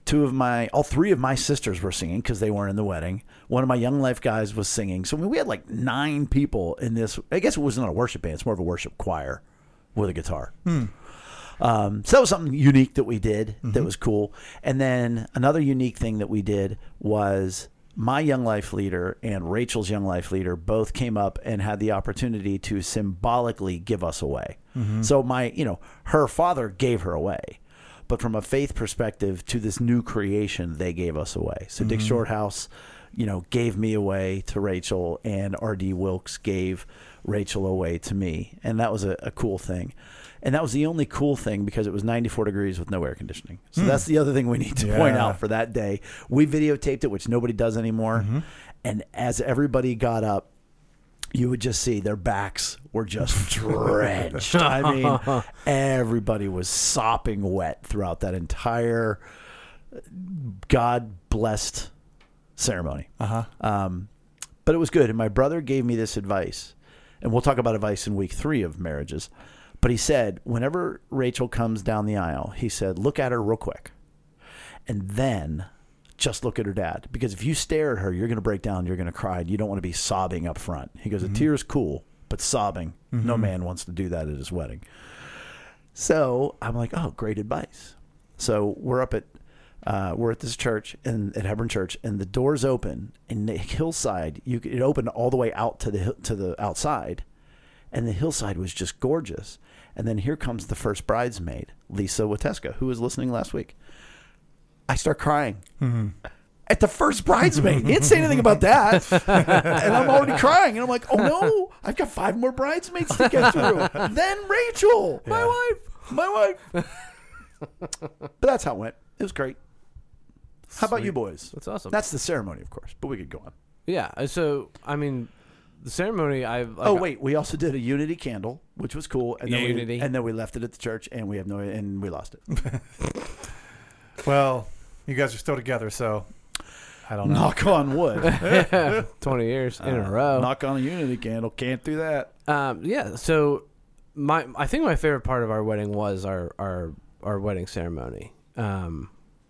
S1: Two of my, all three of my sisters were singing because they weren't in the wedding. One of my young life guys was singing. So I mean, we had like nine people in this. I guess it wasn't a worship band; it's more of a worship choir with a guitar. Um, so that was something unique that we did that was cool. And then another unique thing that we did was my young life leader and Rachel's young life leader both came up and had the opportunity to symbolically give us away. So my, you know, her father gave her away. But from a faith perspective to this new creation, they gave us away. So Dick Shorthouse, you know, gave me away to Rachel and R.D. Wilkes gave Rachel away to me. And that was a, a cool thing. And that was the only cool thing because it was 94 degrees with no air conditioning. So that's the other thing we need to point
S2: Yeah.
S1: out for that day. We videotaped it, which nobody does anymore. And as everybody got up, you would just see their backs were just drenched. I mean, everybody was sopping wet throughout that entire God blessed ceremony.
S2: Uh huh.
S1: Um, but it was good. And my brother gave me this advice, and we'll talk about advice in week three of marriages. But he said, whenever Rachel comes down the aisle, he said, look at her real quick. And then just look at her dad. Because if you stare at her, you're going to break down, you're going to cry, and you don't want to be sobbing up front. He goes, a tear is cool, but sobbing, no man wants to do that at his wedding. So I'm like, oh, great advice. So we're up at uh, we're at this church and at Hebron Church, and the doors open, and the hillside you could- it opened all the way out to the hill- to the outside, and the hillside was just gorgeous. And then here comes the first bridesmaid, Lisa Wateska, who was listening last week. I start crying. at the first bridesmaid. He didn't say anything about that. and I'm already crying. And I'm like, oh no, I've got five more bridesmaids to get through. then Rachel, my wife, my wife. but that's how it went. It was great. How about you boys?
S3: That's awesome.
S1: That's the ceremony, of course, but we could go on.
S3: yeah. uh, So I mean, the ceremony. I like,
S1: oh wait, we also did a unity candle, which was cool, and then
S3: Unity.
S1: we, and then we left it at the church, and we have no, and we lost it.
S2: Well, you guys are still together, so I don't know.
S1: Knock on wood.
S3: twenty years in
S1: Uh,
S3: a row.
S1: Knock on a unity candle. Can't do that.
S3: Um, yeah. So my I think my favorite part of our wedding was our our our wedding ceremony. Um,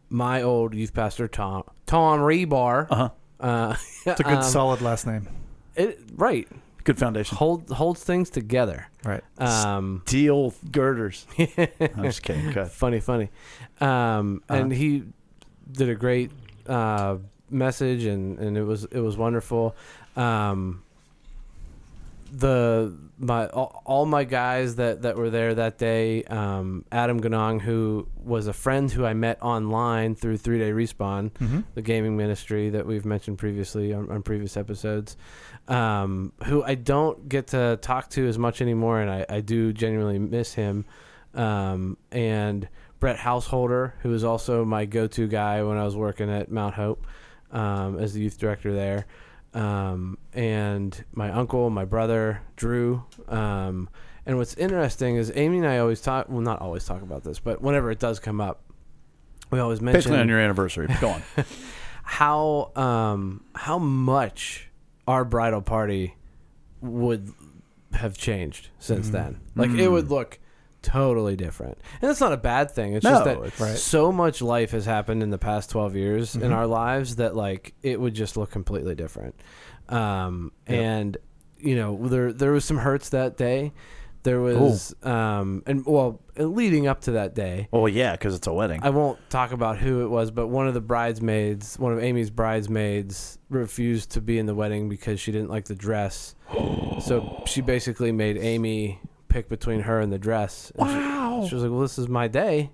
S3: my old youth pastor Tom Tom Rebar.
S1: Uh huh.
S3: Uh,
S2: It's a good
S3: um,
S2: solid last name.
S3: it, right.
S1: Good foundation.
S3: Hold holds things together.
S2: Right.
S3: Um,
S1: Steel girders. I'm just kidding. Cut.
S3: funny, funny. Um, And he did a great uh, message, and, and it was it was wonderful. Um, the my all, all my guys that, that were there that day, um, Adam Ganong, who was a friend who I met online through Three Day Respawn,
S2: Mm-hmm.
S3: the gaming ministry that we've mentioned previously on, on previous episodes, um, who I don't get to talk to as much anymore, and I, I do genuinely miss him. Um, and Brett Householder, who was also my go to guy when I was working at Mount Hope um, as the youth director there. Um, and my uncle, my brother, Drew. Um, and what's interesting is Amy and I always talk, well, not always talk about this, but whenever it does come up, we always mention
S1: Basically on your anniversary. But go on.
S3: how um how much our bridal party would have changed since
S1: Mm-hmm.
S3: then. Like it would look totally different. And that's not a bad thing. It's
S1: No,
S3: just that
S1: it's- Right. Mm-hmm.
S3: so much life has happened in the past 12 years in our lives that like it would just look completely different. Um and you know, there there was some hurts that day. There was um and well, leading up to that day,
S1: Well, yeah, because it's a wedding.
S3: I won't talk about who it was, but one of the bridesmaids, one of Amy's bridesmaids, refused to be in the wedding because she didn't like the dress. so she basically made Amy pick between her and the dress. And wow. She, she was like, "Well, this is my day,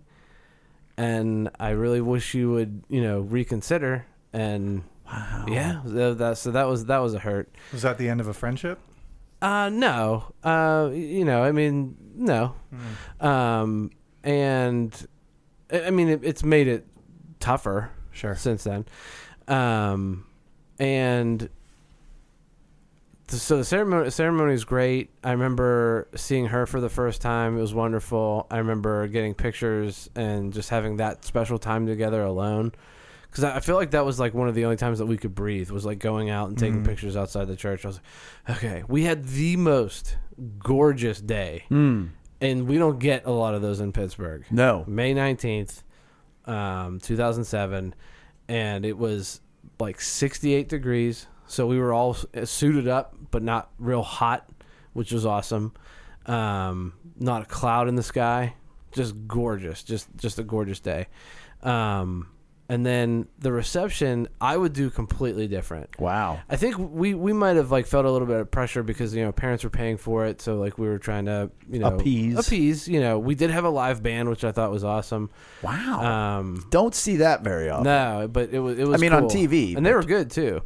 S3: and I really wish you would, you know, reconsider." And
S1: Oh.
S3: wow. yeah, tha- that, so that was that was a hurt.
S2: Was that the end of a friendship?
S3: Uh, no. Uh, y- you know, I mean, no. Um, and I I mean, it, it's made it tougher
S2: Sure.
S3: since then. Um, and th- so the ceremony ceremony is great. I remember seeing her for the first time. It was wonderful. I remember getting pictures and just having that special time together alone. Because I I feel like that was like one of the only times that we could breathe was like going out and taking pictures outside the church. I was like, okay, we had the most gorgeous day,
S1: Mm.
S3: and we don't get a lot of those in Pittsburgh.
S1: Hmm. no.
S3: May 19th, um, 2007. And it was like 68 degrees. So we were all s- uh, suited up, but not real hot, which was awesome. Um, not a cloud in the sky. Just gorgeous. Just, just a gorgeous day. Um, and then the reception, I would do completely different.
S1: Wow.
S3: I think we, we might have like felt a little bit of pressure because you know parents were paying for it, so like we were trying to you know
S1: Appease.
S3: appease. You know, we did have a live band, which I thought was awesome.
S1: Wow.
S3: Um,
S1: Don't see that very often.
S3: no, but it was it was.
S1: mean, on
S3: cool.
S1: TV,
S3: and they were good too.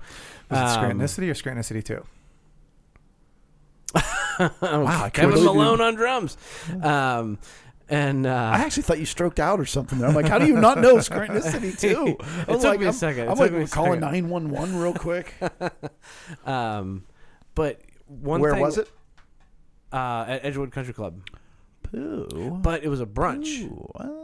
S2: Was it
S3: Um,
S2: Scranton City or Scranton City too?
S1: Wow, I can't
S3: Kevin
S1: believe you-
S3: Malone on drums, um, and
S1: I
S3: uh,
S1: actually thought you stroked out or something. There. I'm like, how do you not know Scranton City too?
S3: It
S1: I'm
S3: took
S1: like,
S3: me a
S1: I'm-
S3: second. It
S1: I'm
S3: took
S1: like
S3: me a
S1: calling
S3: second.
S1: 911 real quick.
S3: um, but one.
S1: Where
S3: thing-
S1: was it?
S3: Uh, at Edgewood Country Club,
S1: Ooh.
S3: but it was a brunch,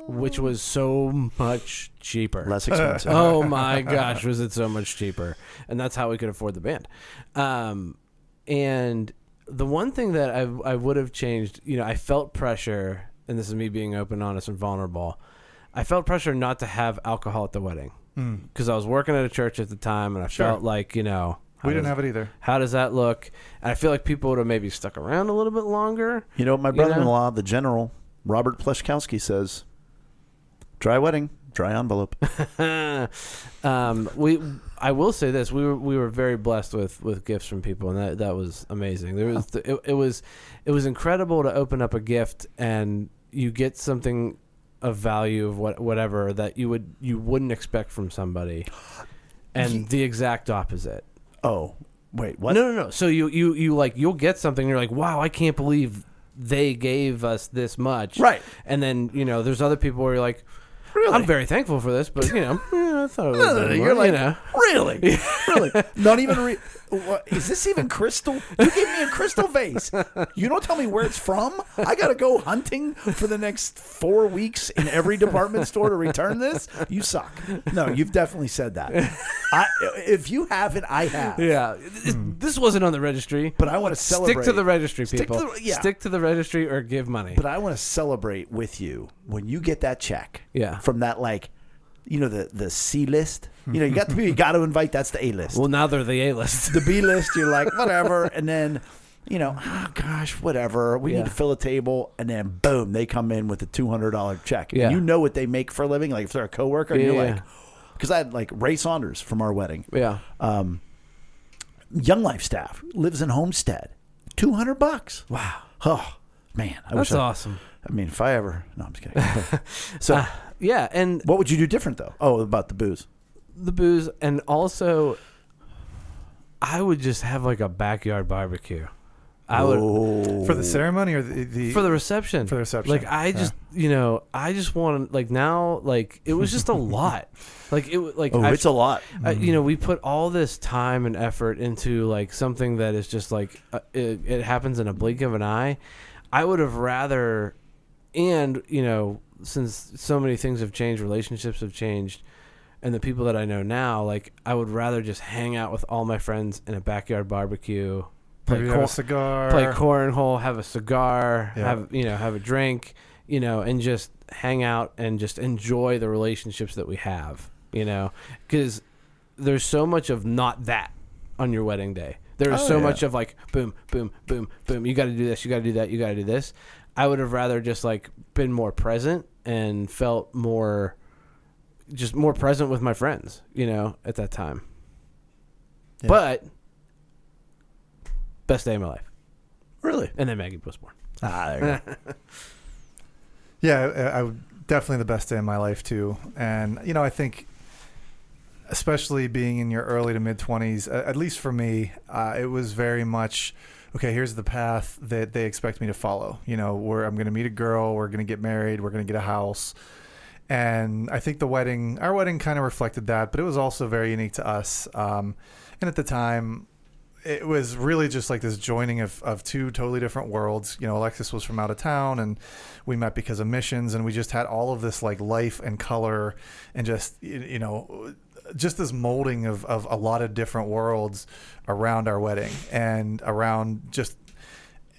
S3: which was so much cheaper.
S1: Less expensive.
S3: oh my gosh, was it so much cheaper? And that's how we could afford the band. Um, and the one thing that I I would have changed, you know, I felt pressure, and this is me being open, honest, and vulnerable. I felt pressure not to have alcohol at the wedding because I was working at a church at the time, and I
S2: Hmm. Sure.
S3: felt like you know how
S2: We didn't
S3: does-
S2: have it either.
S3: How does that look? And I feel like people would have maybe stuck around a little bit longer.
S1: You know, my
S3: know?
S1: brother-in-law, the general, Robert Pleshkowski says, "Dry wedding, dry envelope."
S3: um, we, I will say this: we were we were very blessed with with gifts from people, and that that was amazing. There was it, it was it was incredible to open up a gift and you get something of value of what whatever that you would you wouldn't expect from somebody. and the exact opposite.
S1: Oh, wait, what?
S3: No, no, no. So you you you like you'll get something. and You're like, wow, I can't believe they gave us this much.
S1: Right.
S3: And then you know, there's other people where you're like,
S1: Really?
S3: I'm very thankful for this, but you know, eh, I thought it was.
S1: Uh,
S3: more,
S1: You're like,
S3: you know.
S1: really? really? Not even re- what, is this even crystal? You gave me a crystal vase. You don't tell me where it's from? I got to go hunting for the next 4 weeks in every department store to return this? You suck. No, you've definitely said that. I if you haven't, I have.
S3: Yeah, Th- this wasn't on the registry.
S1: Hmm. But I want to celebrate.
S3: Stick to the registry,
S1: Stick to
S3: people.
S1: the- yeah.
S3: Stick to the registry or give money.
S1: But I want to celebrate with you when you get that check.
S3: Yeah.
S1: From that like, you know the the C list. You know you got the people you got to invite. That's the A list.
S3: well, now they're the A list.
S1: the B list. You're like whatever, and then. You know, oh gosh, whatever. We
S3: Yeah.
S1: need to fill a table, and then boom, they come in with a two hundred dollar check. And
S3: Yeah.
S1: you know what they make for a living. Like if they're a coworker,
S3: Yeah,
S1: you're
S3: yeah.
S1: like, because I had like Ray Saunders from our wedding,
S3: yeah.
S1: um, Young Life staff lives in Homestead, two hundred bucks.
S3: Wow.
S1: Oh man, I
S3: That's
S1: wish I-
S3: awesome.
S1: I mean, if I ever, no, I'm just kidding. so,
S3: Yeah, and
S1: what would you do different though? Oh, about the booze.
S3: the booze, and also, I would just have like a backyard barbecue. I would
S1: Oh.
S2: for the ceremony or the, the
S3: for the reception.
S2: For the reception,
S3: Like I just, you know, I just want to like now, like it was just a lot. Like it, w- like
S1: Oh,
S3: I,
S1: it's a lot.
S3: I- you know, we put all this time and effort into like something that is just like uh, it, it happens in a blink of an eye. I would have rather, and you know, since so many things have changed, relationships have changed, and the people that I know now, like I would rather just hang out with all my friends in a backyard barbecue,
S2: maybe
S3: play
S2: have
S3: cor-
S2: a cigar.
S3: play cornhole, have a cigar,
S2: Yeah.
S3: have you know, have a drink, you know, and just hang out and just enjoy the relationships that we have, you know, because there's so much of not that on your wedding day. There is
S1: Oh,
S3: so
S1: yeah.
S3: much of like boom, boom, boom, boom. You got to do this. You got to do that. You got to do this. I would have rather just like been more present and felt more, just more present with my friends, you know, at that time.
S2: Yeah.
S3: But best day of my life.
S1: Really?
S3: And then Maggie was born.
S1: Ah, there you go.
S2: Yeah, I, I would- definitely the best day of my life too. And you know, I think, especially being in your early to mid twenties, at least for me, uh, it was very much. Okay, here's the path that they expect me to follow. You know, where I'm going to meet a girl, we're going to get married, we're going to get a house, and I think the wedding, our wedding, kind of reflected that, but it was also very unique to us. Um, and at the time, it was really just like this joining of, of two totally different worlds. You know, Alexis was from out of town, and we met because of missions, and we just had all of this like life and color, and just y- you know, just this molding of of a lot of different worlds around our wedding and around just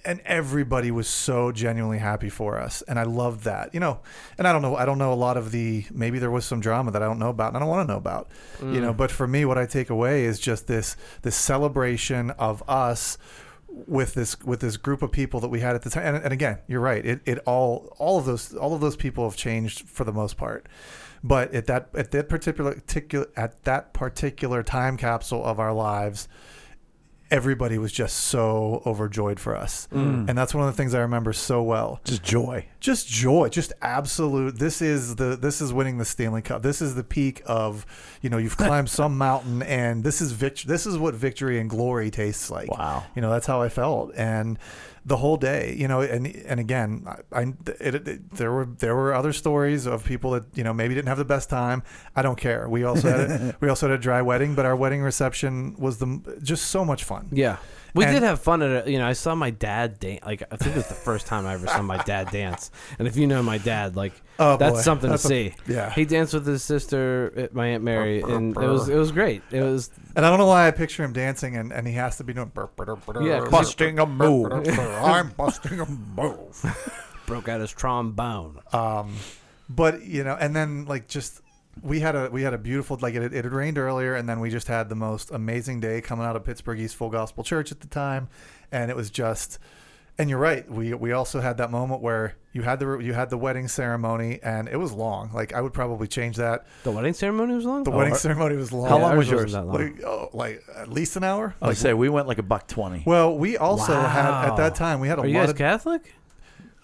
S2: and everybody was so genuinely happy for us and i loved that you know and i don't know i don't know a lot of the maybe there was some drama that i don't know about and i don't want to know about you know but for me what i take away is just this this celebration of us with this with this group of people that we had at the time and, and again you're right it, it all all of those all of those people have changed for the most part but at that at that particular particular at that particular time capsule of our lives everybody was just so overjoyed for us. And that's one of the things I remember so well.
S1: Just joy.
S2: Just joy, just absolute. This is the this is winning the Stanley Cup. This is the peak of, you know, you've climbed some mountain, and this is vict- This is what victory and glory tastes like.
S1: Wow.
S2: You know, that's how I felt, and the whole day, you know, and and again, I, I it, it- there were there were other stories of people that you know maybe didn't have the best time. I don't care. We also had a, we also had a dry wedding, but our wedding reception was the just so much fun.
S3: Yeah. We
S2: And-
S3: did have fun at it. You know, I saw my dad dance. Like, I think it was the first time I ever saw my dad dance. And if you know my dad, like,
S2: Oh,
S3: that's
S2: boy.
S3: something
S2: That's
S3: to
S2: a-
S3: see.
S2: yeah.
S3: He danced with his sister, at my Aunt Mary,
S2: Brr, brr,
S3: and it
S2: brr.
S3: was it was great. It was,
S2: And I don't know why I picture him dancing, and, and he has to be doing burr, burr, burr,
S3: Yeah, 'cause
S2: busting a
S1: move.
S2: I'm busting a move.
S3: broke out his trombone.
S2: Um, but you know, and then like just we had a we had a beautiful like it had- it had rained earlier, and then we just had the most amazing day coming out of Pittsburgh East Full Gospel Church at the time, and it was just. And you're right. We we also had that moment where you had the you had the wedding ceremony, and it was long. Like I would probably change that.
S3: The wedding ceremony was long?
S2: The
S3: Oh,
S2: wedding
S3: our-
S2: ceremony was long.
S1: How long
S3: ours
S1: was
S3: wasn't
S1: yours?
S3: that long. Oh.
S2: Like, oh, like at least an hour.
S1: I say we went like a buck twenty.
S2: Well, we also had
S3: Wow.
S2: at that time we had a
S3: Are you
S2: lot
S3: guys
S2: of
S3: Catholic?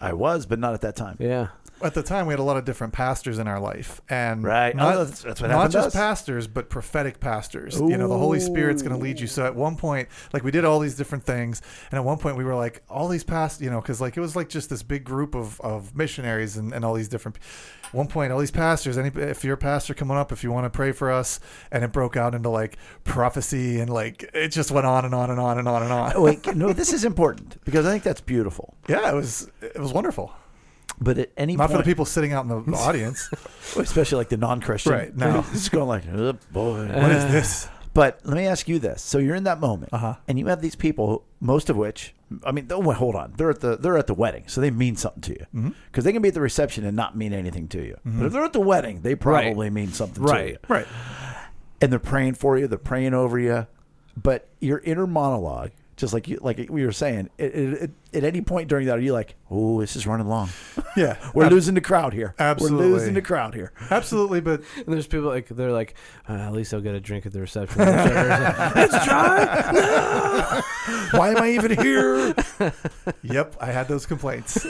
S1: I was, but not at that time.
S3: Yeah.
S2: at the time we had a lot of different pastors in our life, and
S1: Right. Oh,
S2: not,
S1: that's- that's what
S2: not
S1: happened to
S2: just
S1: us.
S2: pastors, but prophetic pastors. You know, the Holy Spirit's going to lead you. So at one point, like we did all these different things, and at one point we were like, all these past, you know, because like it was like just this big group of of missionaries and, and all these different. At one point, all these pastors. Any if you're a pastor, come on up if you want to pray for us. And it broke out into like prophecy and like it just went on and on and on and on and on.
S1: Oh, Wait, no, this is important because I think that's beautiful.
S2: Yeah, it was it was wonderful.
S1: But at any
S2: Not for
S1: point,
S2: the people sitting out in the audience.
S1: especially like the non-Christian,
S2: Right, no.
S1: it's going like, oh, boy.
S2: what is this?
S1: But let me ask you this: so you're in that moment,
S2: Uh-huh.
S1: and you have these people, most of which, I mean, oh, wait, hold on, they're at the they're at the wedding, so they mean something to you because
S2: Mm-hmm.
S1: they can be at the reception and not mean anything to you. But if they're at the wedding, they probably mean something to you,
S3: Right.
S2: Right.
S1: and they're praying for you, they're praying over you. But your inner monologue, just like you, like we were saying, it, it, it, at any point during that, are you like, oh, this is running long?
S2: Yeah.
S1: We're
S2: ab-
S1: losing the crowd here.
S2: absolutely.
S1: we're losing the crowd here.
S2: Absolutely, but
S3: And there's people like they're like, uh, at least I'll get a drink at the reception. it's dry.
S1: Why am I even here?
S2: yep, I had those complaints.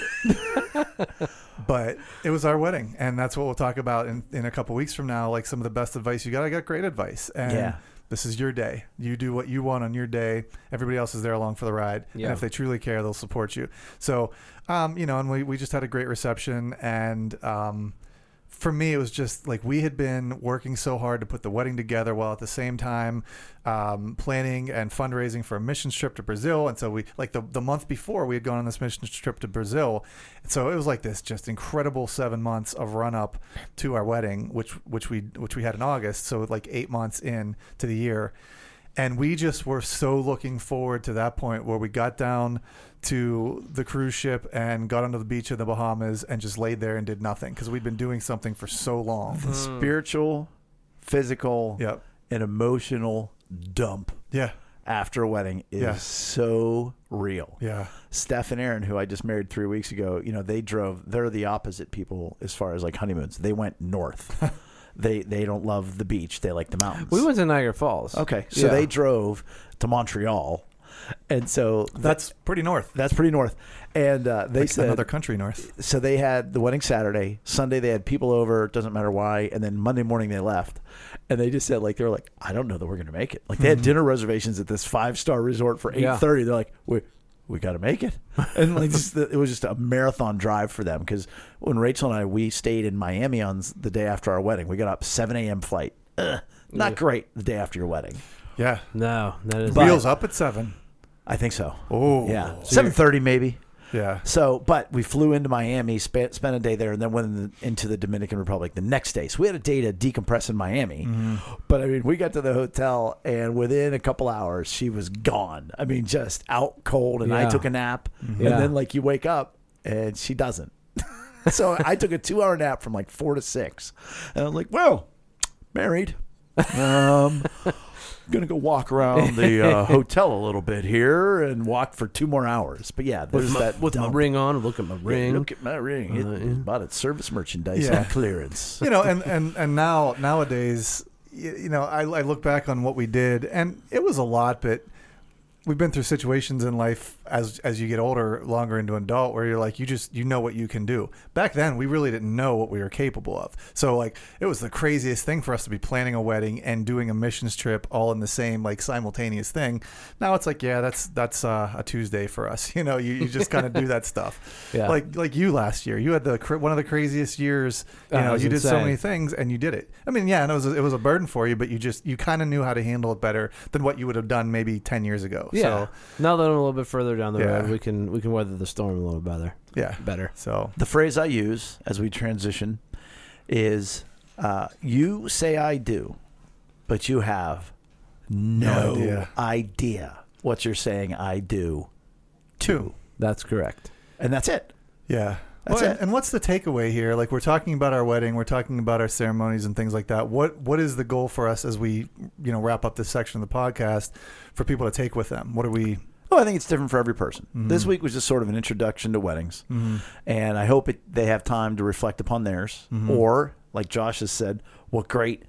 S2: but it was our wedding, and that's what we'll talk about in, in a couple weeks from now. Like some of the best advice you got. I got great advice, and
S1: Yeah.
S2: this is your day. You do what you want on your day. Everybody else is there along for the ride,
S3: Yeah.
S2: and if they truly care, they'll support you. So, um, you know, and we we just had a great reception, and um, for me, it was just like we had been working so hard to put the wedding together while at the same time um, planning and fundraising for a mission trip to Brazil. And so we, like the, the month before, we had gone on this mission trip to Brazil. So it was like this just incredible seven months of run up to our wedding, which which we which we had in August. So like eight months in to the year, and we just were so looking forward to that point where we got down to the cruise ship and got onto the beach in the Bahamas and just laid there and did nothing because we'd been doing something for so long.
S1: Spiritual, physical,
S2: Yep.
S1: an emotional dump
S2: Yeah.
S1: after a wedding is
S2: Yeah.
S1: so real.
S2: Yeah.
S1: Steph and Aaron, who I just married three weeks ago, you know, they drove. They're the opposite people as far as like honeymoons. They went north. they they don't love the beach. They like the mountains.
S3: we went to Niagara Falls.
S1: okay, so
S3: Yeah.
S1: they drove to Montreal, and so
S2: That's pretty north.
S1: that's pretty north. And uh, they
S2: Like
S1: said
S2: another country north.
S1: so they had the wedding Saturday. Sunday they had people over. It doesn't matter why. And then Monday morning they left, and they just said like they were like, I don't know that we're gonna make it. Like they had dinner reservations at this five star resort for eight
S3: Mm-hmm. Yeah.
S1: thirty. They're like, we we got to make it, and like just the, it was just a marathon drive for them because when Rachel and I we stayed in Miami on s- the day after our wedding, we got up seven a.m. flight. Ugh, not
S3: Yeah.
S1: great the day after your wedding.
S2: Yeah.
S3: No, that is
S1: But-
S2: Wheels up at seven.
S1: I think so.
S2: Oh.
S1: Yeah,
S3: So
S1: seven
S3: you're-
S1: thirty maybe.
S2: Yeah.
S1: So, but we flew into Miami, spent, spent a day there, and then went in the, into the Dominican Republic the next day. So we had a day to decompress in Miami.
S3: Mm-hmm.
S1: But I mean, we got to the hotel, and within a couple hours, she was gone. I mean, just out cold, and I
S3: Yeah. Mm-hmm.
S1: took a nap,
S3: Yeah.
S1: and then like you wake up and she doesn't. so I took a two-hour nap from like four to six, and I'm like, well, married. Um, gonna go walk around the uh, hotel a little bit here and walk for two more hours. But yeah, there's
S3: with, my,
S1: that
S3: with my
S1: dump.
S3: ring on. Look at my
S1: Yeah,
S3: ring.
S1: Look at my ring. It,
S3: Uh, yeah.
S1: it's bought at service merchandise
S2: Yeah.
S1: and clearance.
S2: you know, and and and now nowadays, you, you know, I, I look back on what we did, and it was a lot, but we've been through situations in life as as you get older, longer into an adult, where you're like, you just you know what you can do. Back then, we really didn't know what we were capable of, so like it was the craziest thing for us to be planning a wedding and doing a missions trip all in the same like simultaneous thing. Now it's like, yeah, that's that's uh, a Tuesday for us. You know, you, you just kind of do that stuff.
S3: Yeah.
S2: Like like you last year, you had the cra- one of the craziest years you
S3: Oh, it
S2: know,
S3: was
S2: you did so
S3: insane.
S2: many things and you did it. I mean, yeah, and it was it was a burden for you, but you just you kind of knew how to handle it better than what you would have done maybe ten years ago.
S3: Yeah.
S2: So,
S3: now that I'm a little bit further down the
S2: Yeah.
S3: road, we can we can weather the storm a little better.
S2: yeah.
S3: Better.
S2: So
S1: The phrase I use as we transition is uh, you say I do, but you have no,
S2: No idea.
S1: idea what you're saying I do.
S2: two.
S3: That's correct.
S1: And that's it.
S2: Yeah.
S1: That's
S2: well,
S1: it.
S2: And, and what's the takeaway here? Like we're talking about our wedding, we're talking about our ceremonies and things like that. What what is the goal for us as we you know wrap up this section of the podcast for people to take with them? What are we?
S1: Well, Oh, I think it's different for every person.
S2: Mm-hmm.
S1: This week was just sort of an introduction to weddings, and I hope it, they have time to reflect upon theirs,
S2: Mm-hmm.
S1: or like Josh has said, what great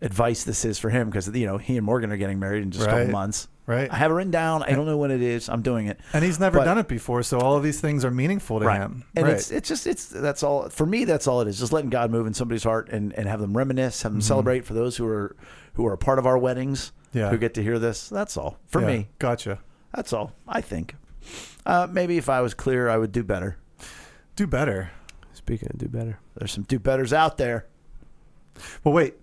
S1: advice this is for him because you know he and Morgan are getting married in just a
S2: Right.
S1: couple months,
S2: right?
S1: I have it written down. I don't know when it is. I'm doing it.
S2: And he's never
S1: But-
S2: done it before, so all of these things are meaningful to
S1: Right.
S2: him.
S1: And
S2: right.
S1: it's it's just it's that's all for me. That's all it is. Just letting God move in somebody's heart and, and have them reminisce, have them celebrate. For those who are who are a part of our weddings,
S2: Yeah.
S1: who get to hear this. That's all for
S2: Yeah,
S1: me.
S2: Gotcha.
S1: That's all I think. Uh, maybe if I was clear, I would do better.
S2: Do better.
S3: Speaking of do better.
S1: There's some do betters out there.
S2: Well, wait.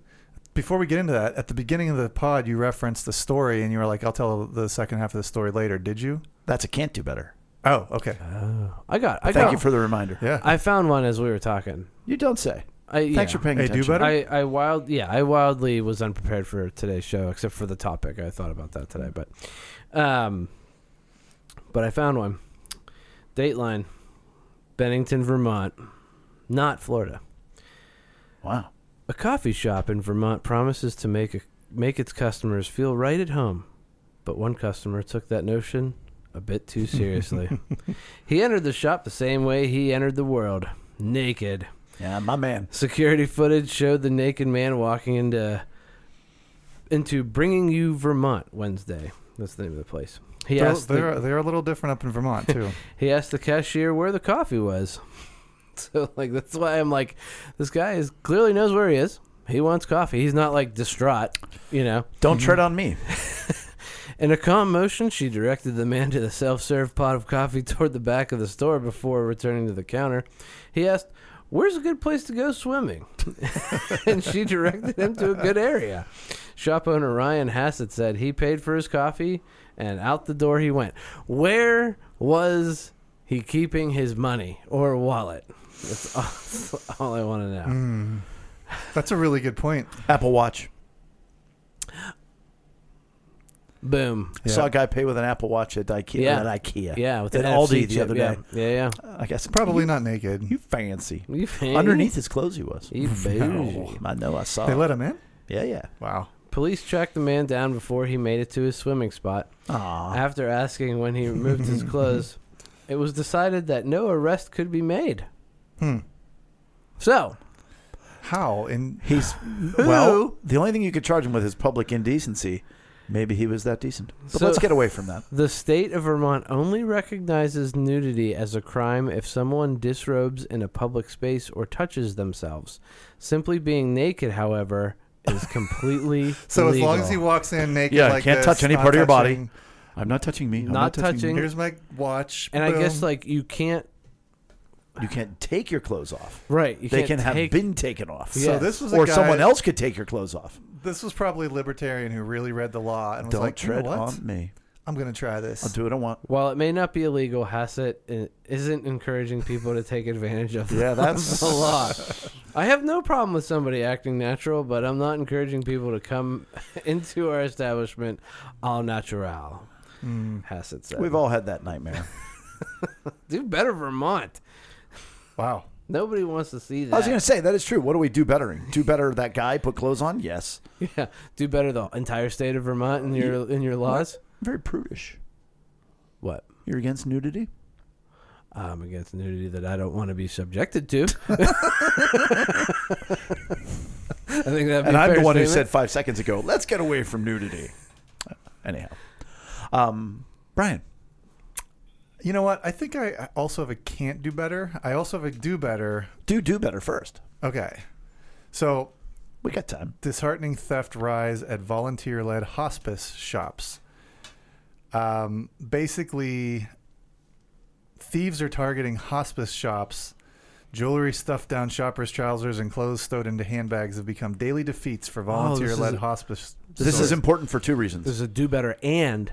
S2: Before we get into that, at the beginning of the pod, you referenced the story, and you were like, "I'll tell the second half of the story later." Did you?
S1: That's a can't do better.
S2: Oh, okay.
S3: Oh, I got. I
S1: Thank
S3: got.
S1: you for the reminder.
S2: Yeah.
S3: I found one as we were talking.
S1: You don't say.
S3: I,
S1: Thanks
S3: yeah.
S1: for paying
S2: Hey, do
S1: attention.
S2: better?
S3: I, I wild yeah I wildly was unprepared for today's show except for the topic I thought about that today but um but I found one Dateline Bennington Vermont not Florida
S1: Wow.
S3: a coffee shop in Vermont promises to make a, make its customers feel right at home but one customer took that notion a bit too seriously he entered the shop the same way he entered the world naked
S1: Yeah, my man.
S3: Security footage showed the naked man walking into into Bringing You Vermont Wednesday. That's the name of the place. He
S2: they're,
S3: asked
S2: they're,
S3: the,
S2: they're a little different up in Vermont too.
S3: he asked the cashier where the coffee was. So like that's why I'm like this guy is clearly knows where he is. He wants coffee. He's not like distraught, you know.
S1: Don't tread on me.
S3: In a calm motion, she directed the man to the self-serve pot of coffee toward the back of the store before returning to the counter. He asked, "Where's a good place to go swimming?" and she directed him to a good area. Shop owner Ryan Hassett said he paid for his coffee and out the door he went. Where was he keeping his money or wallet? That's all, that's all I want to know.
S1: Mm.
S2: That's a really good point.
S1: Apple Watch.
S3: Boom.
S2: Yeah.
S1: Saw a guy pay with an Apple Watch at IKEA.
S3: Yeah.
S1: At IKEA.
S3: Yeah, with
S1: At
S3: an
S1: Aldi
S3: NFC
S1: the
S3: chip,
S1: other
S3: yeah.
S1: day.
S3: Yeah, yeah.
S1: I guess
S2: Probably
S1: you,
S2: not naked.
S1: You fancy.
S3: You fancy?
S1: Underneath his clothes, he was.
S3: You bougie.
S1: I know. I saw.
S2: They
S1: it.
S2: let him in.
S1: yeah, yeah.
S2: Wow.
S3: Police tracked the man down before he made it to his swimming spot.
S2: Oh.
S1: Aw.
S3: After asking when he removed his clothes, it was decided that no arrest could be made.
S2: Hmm.
S3: So,
S2: How? And
S1: He's well. The only thing you could charge him with is public indecency. Maybe he was that decent. But
S3: So-
S1: let's get away from that.
S3: the state of Vermont only recognizes nudity as a crime if someone disrobes in a public space or touches themselves. Simply being naked, however, is completely
S2: so as long
S3: legal.
S2: as he walks in naked,
S1: Yeah,
S2: like
S1: can't
S2: this,
S1: touch any
S2: not
S1: part of your body.
S2: touching,
S1: I'm not touching me. I'm
S3: Not
S1: not, touching.
S3: touching.
S2: Here's my watch.
S3: and I
S2: boom.
S3: guess like you can't
S1: me. You can't take your clothes off.
S3: right, you
S1: they can
S3: can't
S1: have
S3: take-
S1: been taken off.
S2: so.
S3: yes.
S2: This was a
S1: Or
S2: guy,
S1: someone else could take your clothes off.
S2: This was probably a libertarian who really read the law and was
S1: Don't
S2: like, you know
S1: tread
S2: what?
S1: on me.
S2: I'm gonna try this.
S1: I'll do what I want.
S3: While it may not be illegal, Hassett i- isn't encouraging people to take advantage of
S1: Yeah, that's
S3: the law. I have no problem with somebody acting natural, but I'm not encouraging people to come into our establishment all natural.
S2: Mm.
S3: Hassett said.
S1: Hmm. We've all had that nightmare.
S3: do better, Vermont.
S2: Wow.
S3: Nobody wants to see that.
S1: I was going to say that is true. What do we do bettering? Do better that guy put clothes on? Yes.
S3: yeah, do better the entire state of Vermont in your in your laws.
S1: Very prudish.
S3: What?
S1: You're against nudity?
S3: I'm against nudity that I don't want to be subjected to. I think that.
S1: and I'm the one who said five seconds ago, let's get away from nudity. Anyhow, um, Brian,
S2: You know what? I think I I also have a can't do better. I also have a do better.
S1: do do better first.
S2: Okay. So
S1: We got time.
S2: disheartening theft rise at volunteer led hospice shops. Um, basically, thieves are targeting hospice shops. Jewelry stuffed down shoppers' trousers and clothes stowed into handbags have become daily defeats for volunteer led
S3: is-
S2: hospice.
S1: This is
S2: stores.
S1: important for two reasons.
S3: There's a do better and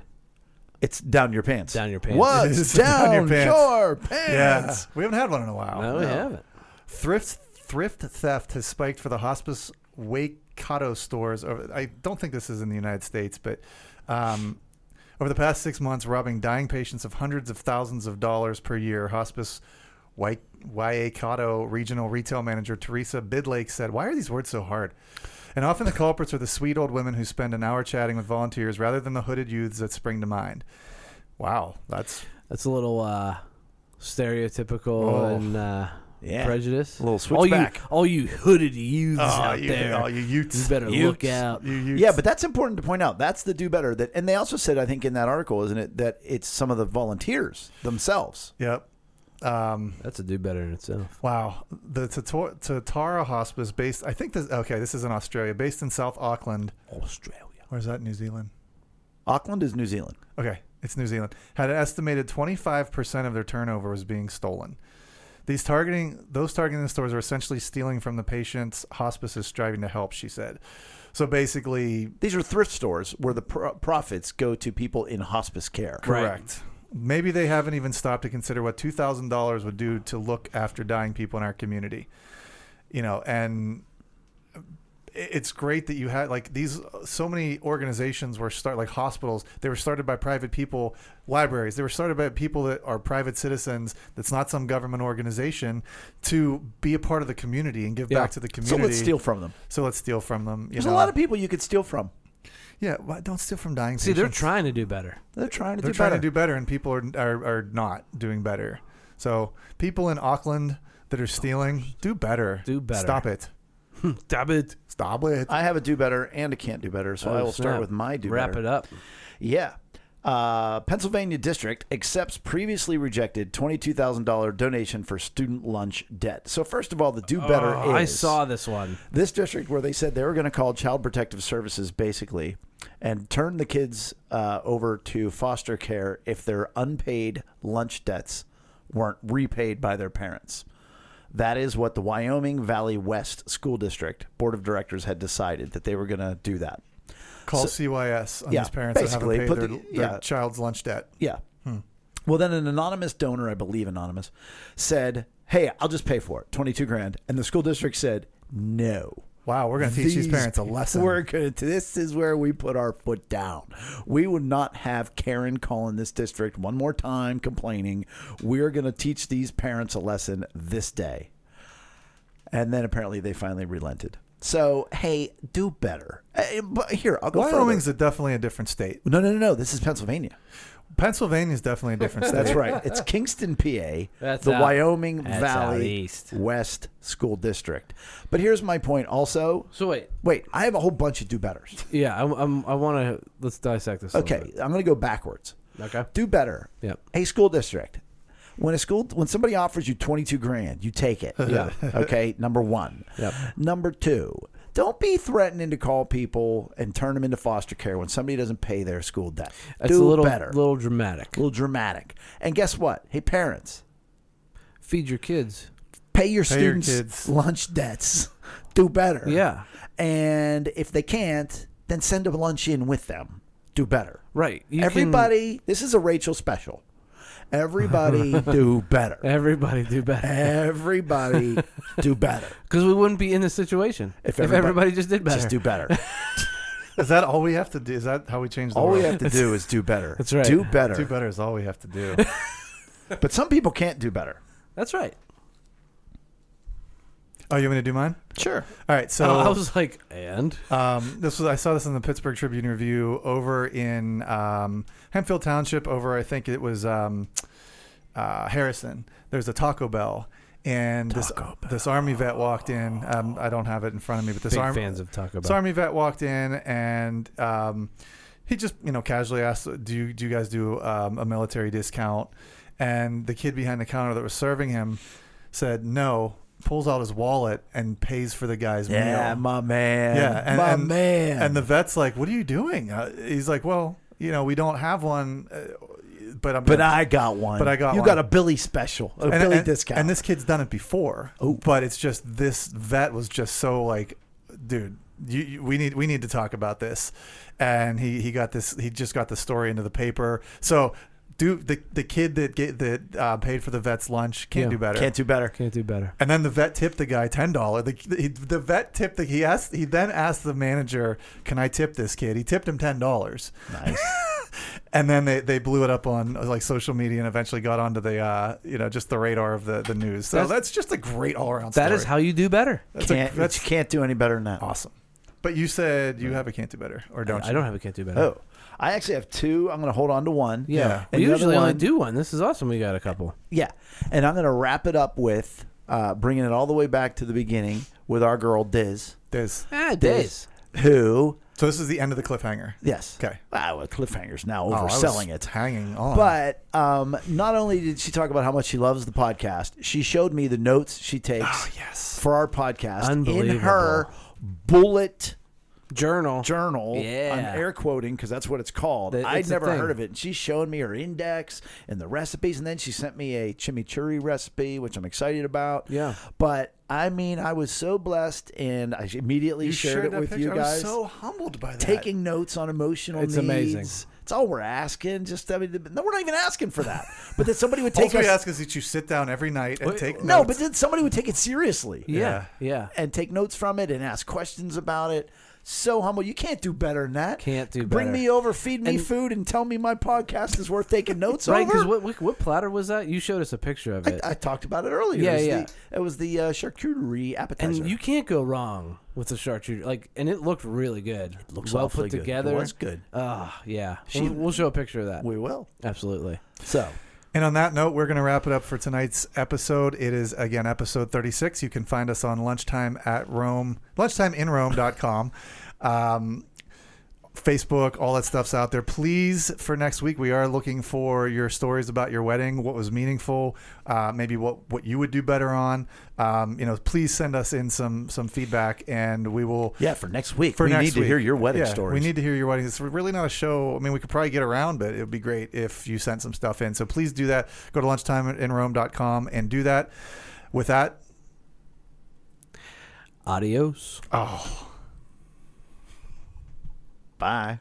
S1: It's down your pants.
S3: down your pants.
S1: What?
S2: It is
S1: down,
S2: down your pants.
S1: your
S2: Yeah.
S1: pants.
S2: We haven't had one in a
S1: Oh,
S2: while.
S3: No, we haven't.
S2: Thrift thrift theft has spiked for the hospice Waikato stores. Over, I don't think this is in the United States, but um, over the past six months, robbing dying patients of hundreds of thousands of dollars per year. Hospice Wai- Waikato regional retail manager Teresa Bidlake said, "Why are these words so hard?" And often the culprits are the sweet old women who spend an hour chatting with volunteers rather than the hooded youths that spring to mind. Wow, that's
S3: That's a little uh, stereotypical
S2: Oh.
S3: and uh,
S1: Yeah.
S3: Prejudice.
S1: A little
S3: all
S1: switchback.
S3: you, all you hooded youths
S2: Oh,
S3: out
S2: you,
S3: there.
S2: oh, you Utes.
S3: you better look
S1: Utes.
S3: out.
S2: You Utes.
S1: Yeah, but that's important to point out. That's the do better that, and they also said, I think in that article, isn't it, that it's some of the volunteers themselves.
S2: Yep. Um,
S3: That's a do better in itself.
S2: wow. The Tator- Tatara Hospice, based, I think this, okay, this is in Australia, based in South Auckland.
S1: Australia,
S2: Or is that New Zealand?
S1: Auckland is New Zealand.
S2: Okay, it's New Zealand. Had an estimated 25% of their turnover was being stolen. These targeting those targeting the stores are essentially stealing from the patients hospices striving to help, she said. So basically,
S1: These are thrift stores where the pro- profits go to people in hospice care.
S3: Right.
S2: correct. Maybe they haven't even stopped to consider what $2,000 would do to look after dying people in our community. You know, and it- it's great that you had like these so many organizations were start like hospitals they were started by private people libraries they were started by people that are private citizens that's not some government organization to be a part of the community and give
S3: Yeah.
S2: back to the
S1: So
S2: community
S1: let's steal from them.
S2: so let's steal from them you
S1: There's
S2: know?
S1: a lot of people you could steal from.
S2: yeah well, don't steal from dying
S3: See, they're
S2: patients.
S3: trying to do better.
S1: They're trying to
S2: they're
S1: do
S2: trying
S1: better.
S2: to do better and people are, are are not doing better so people in auckland that are stealing do better
S3: Do better.
S2: stop it
S3: Stop it.
S2: stop it
S1: I have a do better and a can't do better, so
S3: Oh,
S1: I will start
S3: snap.
S1: with my do
S3: Wrap
S1: better.
S3: it up.
S1: Yeah. Uh, Pennsylvania district accepts previously rejected $22,000 donation for student lunch debt. So first of all, the do better
S3: Oh,
S1: is
S3: I saw this one.
S1: this district where they said they were going to call child protective services basically and turn the kids uh, over to foster care if their unpaid lunch debts weren't repaid by their parents. That is what the Wyoming Valley West School District Board of Directors had decided that they were going to do that.
S2: Call CYS on
S1: yeah,
S2: these parents that haven't
S1: basically,
S2: paid
S1: put
S2: their,
S1: the-
S2: their
S1: yeah.
S2: child's lunch debt.
S1: Yeah. Well, then an anonymous donor, I believe anonymous, said, "Hey, I'll just pay for it, twenty-two grand." And the school district said, "No."
S2: Wow, we're going to teach these, parents a lesson.
S1: We're gonna. This is where we put our foot down. We would not have Karen calling this district one more time complaining. We're gonna teach these parents a lesson this day. And then apparently they finally relented. So hey, do better. Eh, But here, I'll go.
S2: Wyoming's
S1: further.
S2: a, definitely a different state.
S1: no, no, no, no. This is Pennsylvania.
S2: Pennsylvania's definitely a different state.
S1: That's right. It's Kingston, PA,
S3: That's
S1: the
S3: out-
S1: Wyoming
S3: that's out
S1: Valley
S3: east.
S1: West School District. But here's my point also.
S3: So wait,
S1: Wait, I have a whole bunch of do betters.
S3: yeah, I'm, I'm, I want to let's dissect this. a little
S1: Okay, I'm going to go backwards.
S3: bit. Okay.
S1: Do better.
S3: Yep.
S1: A school district. When a school when somebody offers you 22 grand, you take it.
S3: Yeah.
S1: okay, number 1.
S3: Yep.
S1: Number 2. Don't be threatening to call people and turn them into foster care when somebody doesn't pay their school debt.
S3: That's
S1: do
S3: a little
S1: better.
S3: little dramatic.
S1: a little dramatic. And guess what? Hey parents,
S3: Feed your kids.
S1: pay your
S2: Pay your
S1: students
S2: kids.
S1: lunch debts. Do better.
S3: Yeah.
S1: And if they can't, then send a lunch in with them. Do better.
S3: Right. You can-
S1: Everybody, this is a Rachel special. Everybody do better.
S3: everybody do better.
S1: Everybody do better.
S3: Because we wouldn't be in this situation if
S1: If
S3: everybody,
S1: everybody-
S3: just did better.
S1: Just do better.
S2: Is that all we have to do? Is that how we change the
S1: All we
S2: world?
S1: have to do is do better.
S3: That's right.
S1: Do better.
S2: do better is all we have to do.
S1: But some people can't do better.
S3: That's right.
S2: oh, you want me to do mine?
S1: Sure.
S2: All right, so
S1: Oh,
S3: So I was like, and
S2: Um, this was I saw this in the Pittsburgh Tribune Review over in um, Hempfield Township. Over I think it was um, uh, Harrison. There's a Taco Bell, and this
S1: Taco Bell.
S2: this army vet walked in. Um, I don't have it in front of me, but this
S3: big
S2: army
S3: fans of Taco Bell.
S2: this army vet walked in and um, he just you know casually asked, "Do you do you guys do um, a military discount?" And the kid behind the counter that was serving him said, "No." Pulls out his wallet and pays for the guy's
S1: Yeah,
S2: meal.
S1: my man.
S2: Yeah, and,
S1: my
S2: and-
S1: man.
S2: And the vet's like, "What are you doing?" Uh, he's like, "Well, you know, we don't have one, uh, but I'm
S1: but
S2: gonna-
S1: I got one.
S2: But I got
S1: you
S2: one.
S1: got a Billy special, a
S2: and,
S1: Billy
S2: and-
S1: discount. Oh.
S2: And this kid's done it before, but it's just this vet was just so like, dude, you, you, we need we need to talk about this, and he he got this he just got the story into the paper. So, do the the kid that get, that uh, paid for the vet's lunch can't
S3: Yeah.
S2: do better.
S1: can't do better.
S3: can't do better.
S2: And then the vet tipped the guy ten dollar. The, the the vet tipped the he asked he then asked the manager, "Can I tip this kid?" He tipped him ten dollars,
S1: Nice.
S2: and then they, they blew it up on like social media and eventually got onto the uh, you know just the radar of the, the news. So that's,
S3: That's-
S2: just a great all around.
S3: That is how you do better.
S2: that's, a-
S1: can't,
S2: that's
S1: you can't do any better than that.
S2: awesome. But you said you have a can't do better or don't you?
S3: I don't have a can't do better.
S1: Oh, I actually have two. I'm going to hold on to one.
S3: yeah.
S2: yeah.
S3: We
S1: And the other
S3: usually only
S1: one-
S3: do one. This is awesome. We got a couple.
S1: Yeah. And I'm going to wrap it up with uh, bringing it all the way back to the beginning with our girl Diz,
S2: There's
S3: Ah, days.
S1: who,
S2: so this is the end of the cliffhanger.
S1: yes,
S2: Okay.
S1: wow, well, cliffhangers now
S2: Oh, I was
S1: overselling it.
S2: Hanging on.
S1: But um, not only did she talk about how much she loves the podcast, she showed me the notes she takes
S2: oh yes.
S1: for our podcast in
S3: Unbelievable.
S1: her bullet
S3: Journal.
S1: journal.
S3: Yeah.
S1: I'm air quoting because that's what it's called.
S3: Th-
S1: I'd
S3: it's a
S1: never
S3: thing.
S1: heard of it. And she's showing me her index and the recipes. And then she sent me a chimichurri recipe, which I'm excited about.
S3: Yeah.
S1: But I mean, I was so blessed and I immediately shared, it
S2: that
S1: with
S2: picture?
S1: you guys.
S2: I was so humbled by that.
S1: Taking notes on emotional
S3: It's
S1: needs.
S3: amazing.
S1: It's all we're asking. Just I mean, no, we're not even asking for that. But that somebody would
S2: All
S1: take
S2: we
S1: us.
S2: ask is that you sit down every night and take
S1: no, but
S2: notes.
S1: that somebody would take it seriously
S3: Yeah. Yeah.
S1: and take notes from it and ask questions about it. So humble. You can't do better than that.
S3: Can't do
S1: Bring
S3: better.
S1: me over, feed me
S3: And-
S1: food, and tell me my podcast is worth taking notes
S3: Right?
S1: over.
S3: Because what, what what platter was that? You showed us a picture of it,
S1: I, I talked about it earlier.
S3: Yeah,
S1: it was
S3: yeah.
S1: The, it was the uh, charcuterie appetizer.
S3: and you can't go wrong with the charcuterie. Like, and it looked really good. It
S1: looks
S3: well
S1: awfully
S3: put
S1: good. It
S3: together.
S1: was good.
S3: Ah, yeah.
S1: She-
S3: we'll, we'll show a picture of that.
S1: we will.
S3: Absolutely.
S1: So
S2: And on that note, we're going to wrap it up for tonight's episode. It is, again, episode 36. You can find us on lunchtime at Rome, lunchtimeinrome.com. Um, Facebook, all that stuff's out there. Please, for next week, we are looking for your stories about your wedding, what was meaningful, uh, maybe what, what you would do better on. Um, you know, please send us in some some feedback, and we will
S1: yeah, for next week,
S2: for
S1: we
S2: next
S1: need to
S2: week.
S1: hear your wedding
S2: Yeah,
S1: stories.
S2: We need to hear your wedding. It's really not a show. I mean, we could probably get around, but it would be great if you sent some stuff in. So please do that. Go to lunchtimeinrome.com and do that. With that,
S3: Adios.
S2: oh.
S1: Bye.